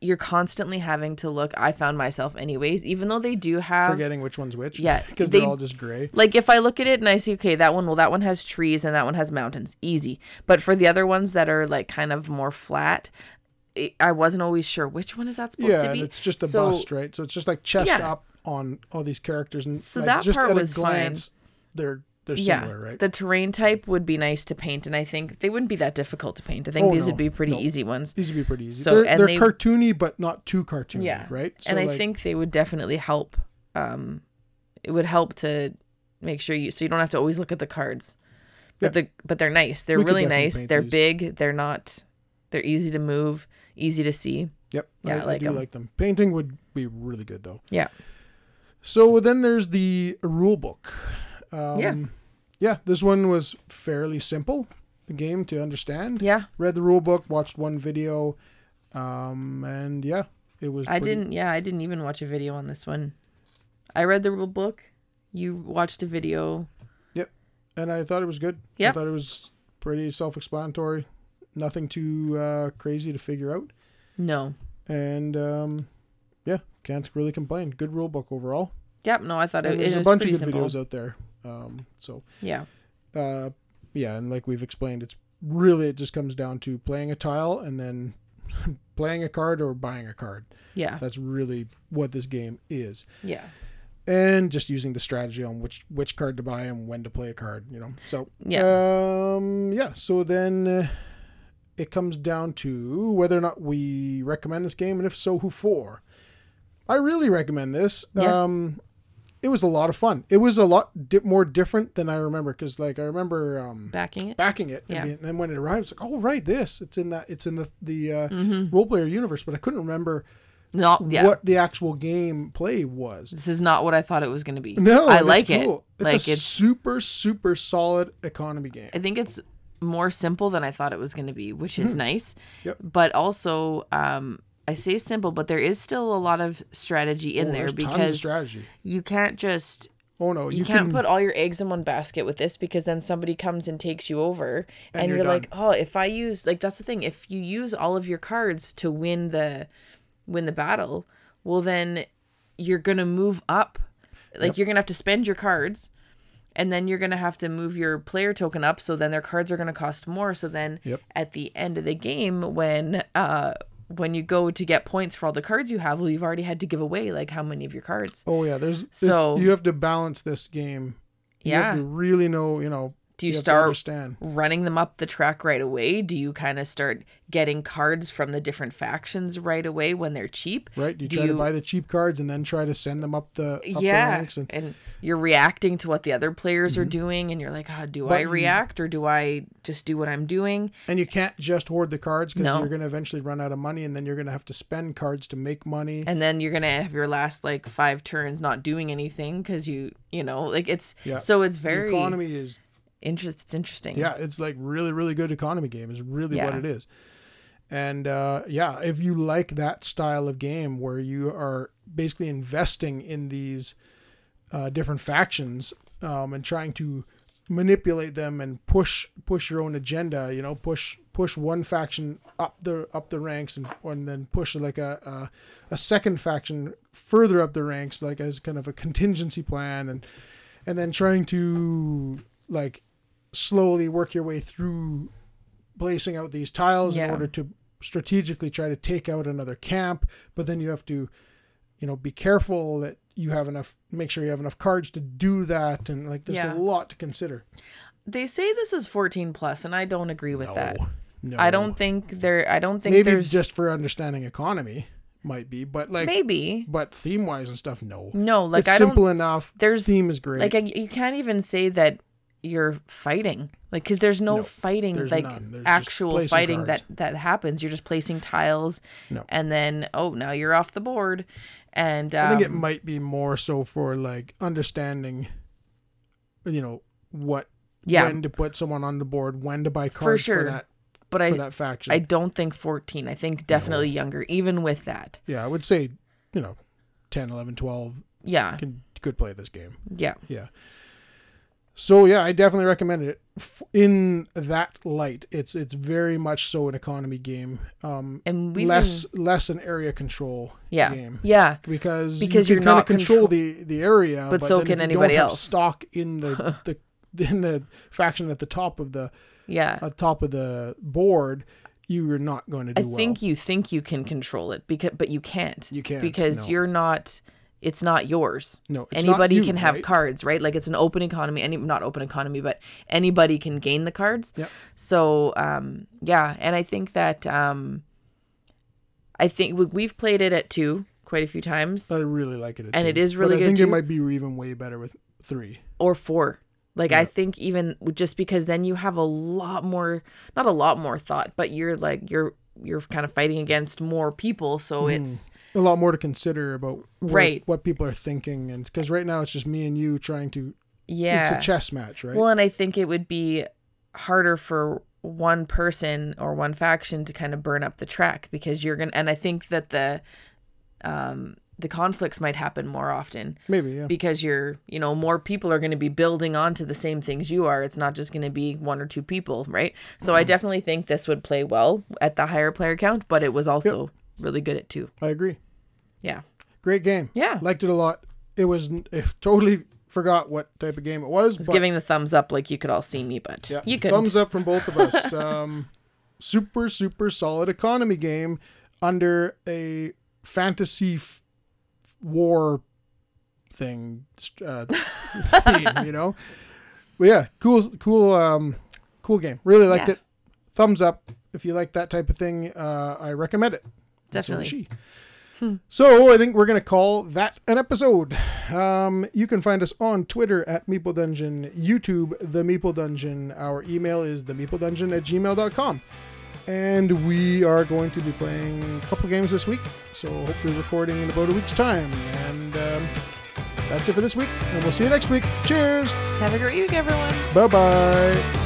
[SPEAKER 2] you're constantly having to look. I found myself, anyways, even though they do have.
[SPEAKER 1] Forgetting which one's which. [laughs]
[SPEAKER 2] Yeah,
[SPEAKER 1] Because they,
[SPEAKER 2] they-
[SPEAKER 1] are all just gray.
[SPEAKER 2] Like if I look at it and I see, okay, that one, well, that one has trees and that one has mountains, easy. But for the other ones that are like kind of more flat, it, I wasn't always sure which one is that supposed
[SPEAKER 1] Yeah,
[SPEAKER 2] to be.
[SPEAKER 1] and it's just a
[SPEAKER 2] So-
[SPEAKER 1] bust, right? So it's just like chest
[SPEAKER 2] Yeah.
[SPEAKER 1] up on all these characters, and
[SPEAKER 2] So
[SPEAKER 1] like,
[SPEAKER 2] that
[SPEAKER 1] just
[SPEAKER 2] part
[SPEAKER 1] at
[SPEAKER 2] was
[SPEAKER 1] a
[SPEAKER 2] fine.
[SPEAKER 1] glance, they're they're similar, right?
[SPEAKER 2] The terrain type would be nice to paint, and I think they wouldn't be that difficult to paint. I think
[SPEAKER 1] Oh,
[SPEAKER 2] these
[SPEAKER 1] no,
[SPEAKER 2] would be pretty
[SPEAKER 1] no.
[SPEAKER 2] easy ones.
[SPEAKER 1] these would be pretty easy.
[SPEAKER 2] So-
[SPEAKER 1] they're
[SPEAKER 2] and
[SPEAKER 1] they're
[SPEAKER 2] they-
[SPEAKER 1] cartoony, but not too cartoony,
[SPEAKER 2] Yeah.
[SPEAKER 1] right?
[SPEAKER 2] and I
[SPEAKER 1] like,
[SPEAKER 2] think they would definitely help. Um, it would help to make sure you so you don't have to always look at the cards. But the but they're nice. They're
[SPEAKER 1] We could
[SPEAKER 2] really
[SPEAKER 1] definitely
[SPEAKER 2] nice.
[SPEAKER 1] paint
[SPEAKER 2] They're
[SPEAKER 1] these.
[SPEAKER 2] big. They're not. They're easy to move. Easy to see.
[SPEAKER 1] Yep.
[SPEAKER 2] Yeah,
[SPEAKER 1] I,
[SPEAKER 2] I
[SPEAKER 1] I
[SPEAKER 2] like
[SPEAKER 1] do
[SPEAKER 2] 'em.
[SPEAKER 1] like them. Painting would be really good though.
[SPEAKER 2] Yeah.
[SPEAKER 1] So then there's the rule book. Um,
[SPEAKER 2] Yeah.
[SPEAKER 1] yeah, this one was fairly simple, the game to understand.
[SPEAKER 2] Yeah.
[SPEAKER 1] Read the rule book, watched one video, um, and yeah, it was.
[SPEAKER 2] I
[SPEAKER 1] pretty-
[SPEAKER 2] didn't. Yeah, I didn't even watch a video on this one. I read the rule book. You watched a video.
[SPEAKER 1] and I thought it was good. I
[SPEAKER 2] Yep.
[SPEAKER 1] thought it was pretty self-explanatory, nothing too uh, crazy to figure out,
[SPEAKER 2] No.
[SPEAKER 1] and um, yeah, can't really complain. Good rule book overall.
[SPEAKER 2] Yep. No. I thought it,
[SPEAKER 1] And
[SPEAKER 2] it
[SPEAKER 1] there's
[SPEAKER 2] was
[SPEAKER 1] a bunch of
[SPEAKER 2] pretty
[SPEAKER 1] good
[SPEAKER 2] simple.
[SPEAKER 1] videos out there. Um, so
[SPEAKER 2] Yeah.
[SPEAKER 1] uh, yeah, and like we've explained, it's really it just comes down to playing a tile and then [laughs] playing a card or buying a card.
[SPEAKER 2] Yeah.
[SPEAKER 1] That's really what this game is,
[SPEAKER 2] Yeah.
[SPEAKER 1] and just using the strategy on which which card to buy and when to play a card. You know, so
[SPEAKER 2] Uh,
[SPEAKER 1] um, yeah. So then uh, it comes down to whether or not we recommend this game, and if so, who for. I really recommend this.
[SPEAKER 2] Yeah.
[SPEAKER 1] Um, it was a lot of fun. It was a lot di- more different than I remember because, like, I remember um,
[SPEAKER 2] Backing it.
[SPEAKER 1] backing it.
[SPEAKER 2] Yeah.
[SPEAKER 1] And, being- then when it arrived, it's like, oh right, this it's in that it's in the the uh, role player universe, but I couldn't remember
[SPEAKER 2] Not. Mm-hmm. Yeah.
[SPEAKER 1] what the actual gameplay was.
[SPEAKER 2] This is not what I thought it was going to be.
[SPEAKER 1] No,
[SPEAKER 2] I
[SPEAKER 1] and
[SPEAKER 2] like
[SPEAKER 1] it's
[SPEAKER 2] it.
[SPEAKER 1] cool. It's
[SPEAKER 2] like
[SPEAKER 1] a
[SPEAKER 2] it's.
[SPEAKER 1] super super solid economy game.
[SPEAKER 2] I think it's more simple than I thought it was going to be, which is nice.
[SPEAKER 1] Hmm. Yep.
[SPEAKER 2] But also, um, I say simple, but there is still a lot of strategy in there
[SPEAKER 1] Oh, There's tons of
[SPEAKER 2] because
[SPEAKER 1] strategy.
[SPEAKER 2] you can't just
[SPEAKER 1] Oh no, you,
[SPEAKER 2] you,
[SPEAKER 1] can
[SPEAKER 2] can't put all your eggs in one basket with this because then somebody comes and takes you over and,
[SPEAKER 1] you're
[SPEAKER 2] you're, like oh if i use like that's the thing if you use all of your cards to win the win the battle well then you're gonna move up like you're gonna have to spend your cards and then you're gonna have to move your player token up so then their cards are gonna cost more so then
[SPEAKER 1] Yep.
[SPEAKER 2] at the end of the game when uh when you go to get points for all the cards you have well you've already had to give away like how many of your cards
[SPEAKER 1] Oh yeah, there's it's-
[SPEAKER 2] So-
[SPEAKER 1] you have to balance this game. You have
[SPEAKER 2] Yeah.
[SPEAKER 1] to really know, you know.
[SPEAKER 2] Do you
[SPEAKER 1] have to
[SPEAKER 2] start-
[SPEAKER 1] understand?
[SPEAKER 2] running them up the track right away? Do you kind of start getting cards from the different factions right away when they're cheap?
[SPEAKER 1] Right? Do you try to buy the cheap cards and then try to send them up the up the
[SPEAKER 2] yeah,
[SPEAKER 1] ranks and Mm-hmm.
[SPEAKER 2] and, you're reacting to what the other players are doing, and you're like, oh, do I
[SPEAKER 1] you-
[SPEAKER 2] react or do I just do what I'm doing?
[SPEAKER 1] And you can't just hoard the cards because
[SPEAKER 2] No.
[SPEAKER 1] you're going to eventually run out of money, and then you're going to have to spend cards to make money.
[SPEAKER 2] And then you're gonna have your last like five turns not doing anything because you, you know, like it's
[SPEAKER 1] Yeah.
[SPEAKER 2] so it's
[SPEAKER 1] The
[SPEAKER 2] very
[SPEAKER 1] economy is
[SPEAKER 2] interest. It's interesting.
[SPEAKER 1] yeah, it's like really really good economy game is really what
[SPEAKER 2] Yeah.
[SPEAKER 1] it is. And uh, yeah, if you like that style of game where you are basically investing in these uh, different factions um, and trying to manipulate them and push push your own agenda, you know, push push one faction up the up the ranks and and then push like a a, a second faction further up the ranks, like as kind of a contingency plan and and then trying to like slowly work your way through placing out these tiles in
[SPEAKER 2] Yeah.
[SPEAKER 1] order to strategically try to take out another camp but then you have to you know be careful that you have enough make sure you have enough cards to do that and like there's a
[SPEAKER 2] Yeah.
[SPEAKER 1] lot to consider
[SPEAKER 2] They say this is 14 plus, and I don't agree with that.
[SPEAKER 1] no
[SPEAKER 2] I don't think there. I don't think
[SPEAKER 1] maybe
[SPEAKER 2] there's
[SPEAKER 1] just for understanding economy might be but like
[SPEAKER 2] maybe
[SPEAKER 1] but theme wise and stuff no
[SPEAKER 2] no. Like
[SPEAKER 1] it's
[SPEAKER 2] I don't
[SPEAKER 1] simple enough
[SPEAKER 2] there's-
[SPEAKER 1] theme is great
[SPEAKER 2] like I, you can't even say that you're fighting like because there's no, fighting
[SPEAKER 1] there's
[SPEAKER 2] like
[SPEAKER 1] none. There's just
[SPEAKER 2] actual
[SPEAKER 1] placing
[SPEAKER 2] fighting
[SPEAKER 1] cards.
[SPEAKER 2] that that happens you're just placing tiles
[SPEAKER 1] No.
[SPEAKER 2] and then oh now you're off the board and um,
[SPEAKER 1] I think it might be more so for like understanding, you know, what
[SPEAKER 2] Yeah.
[SPEAKER 1] when to put someone on the board, when to buy cards for,
[SPEAKER 2] sure.
[SPEAKER 1] that
[SPEAKER 2] but
[SPEAKER 1] for
[SPEAKER 2] i
[SPEAKER 1] that faction.
[SPEAKER 2] i don't think 14 i think definitely younger even with that
[SPEAKER 1] yeah, I would say, you know, 10, 11, 12
[SPEAKER 2] yeah
[SPEAKER 1] can could play this game.
[SPEAKER 2] yeah
[SPEAKER 1] Yeah. So yeah, I definitely recommend it F- in that light. It's it's very much so an economy game, um,
[SPEAKER 2] And we
[SPEAKER 1] less less an area control
[SPEAKER 2] yeah
[SPEAKER 1] game
[SPEAKER 2] yeah
[SPEAKER 1] because
[SPEAKER 2] Because
[SPEAKER 1] you
[SPEAKER 2] you're
[SPEAKER 1] can kind
[SPEAKER 2] not
[SPEAKER 1] of control
[SPEAKER 2] contro-
[SPEAKER 1] the the area,
[SPEAKER 2] But so
[SPEAKER 1] then if you
[SPEAKER 2] can
[SPEAKER 1] don't
[SPEAKER 2] anybody
[SPEAKER 1] have
[SPEAKER 2] else.
[SPEAKER 1] Stock in
[SPEAKER 2] [laughs]
[SPEAKER 1] the the in the faction at the top of the
[SPEAKER 2] yeah.
[SPEAKER 1] at top of the board, you are not going to
[SPEAKER 2] I
[SPEAKER 1] do well.
[SPEAKER 2] think you think you can control it because but you can't.
[SPEAKER 1] You can't,
[SPEAKER 2] because
[SPEAKER 1] no.
[SPEAKER 2] you're not. It's not yours.
[SPEAKER 1] No, it's not
[SPEAKER 2] anybody
[SPEAKER 1] you,
[SPEAKER 2] can have
[SPEAKER 1] right?
[SPEAKER 2] cards, right? Like it's an open economy. Any not open economy, but anybody can gain the cards.
[SPEAKER 1] Yep.
[SPEAKER 2] So um, yeah, and I think that um, I think we- we've played it at two quite a few times
[SPEAKER 1] I really like it, at
[SPEAKER 2] And
[SPEAKER 1] two.
[SPEAKER 2] it is really
[SPEAKER 1] but
[SPEAKER 2] good
[SPEAKER 1] I think
[SPEAKER 2] too.
[SPEAKER 1] it might be even way better with three.
[SPEAKER 2] or four. Like I think even just because then you have a lot more, not a lot more thought, but you're like you're you're kind of fighting against more people, so
[SPEAKER 1] Mm.
[SPEAKER 2] it's
[SPEAKER 1] a lot more to consider about what,
[SPEAKER 2] Right.
[SPEAKER 1] what people are thinking and because right now it's just me and you trying to
[SPEAKER 2] yeah.
[SPEAKER 1] it's a chess match right
[SPEAKER 2] Well, and I think it would be harder for one person or one faction to kind of burn up the track because you're gonna. And I think that the um, the conflicts might happen more often
[SPEAKER 1] maybe yeah
[SPEAKER 2] because you're you know more people are going to be building onto the same things you are. It's not just going to be one or two people, right? So I definitely think this would play well at the higher player count, but it was also really good at two.
[SPEAKER 1] i agree
[SPEAKER 2] Yeah.
[SPEAKER 1] great game
[SPEAKER 2] Yeah.
[SPEAKER 1] liked it a lot it was I totally forgot what type of game it was
[SPEAKER 2] It's
[SPEAKER 1] but
[SPEAKER 2] giving the thumbs up like you could all see me, but
[SPEAKER 1] yeah,
[SPEAKER 2] you could.
[SPEAKER 1] thumbs up from both of
[SPEAKER 2] [laughs]
[SPEAKER 1] us um super super solid economy game under a fantasy f- war thing
[SPEAKER 2] [laughs]
[SPEAKER 1] uh, theme, you know but yeah cool cool um cool game really liked
[SPEAKER 2] Yeah.
[SPEAKER 1] it thumbs up if you like that type of thing uh i recommend it And so would
[SPEAKER 2] Definitely.
[SPEAKER 1] she. So I think we're gonna call that an episode. Um, you can find us on Twitter at Meeple Dungeon, YouTube the Meeple Dungeon. Our email is the Meeple Dungeon at gmail.com. And we are going to be playing a couple games this week, so hopefully recording in about a week's time. And um, that's it for this week, and we'll see you next week. Cheers!
[SPEAKER 2] Have a great week, everyone.
[SPEAKER 1] Bye bye!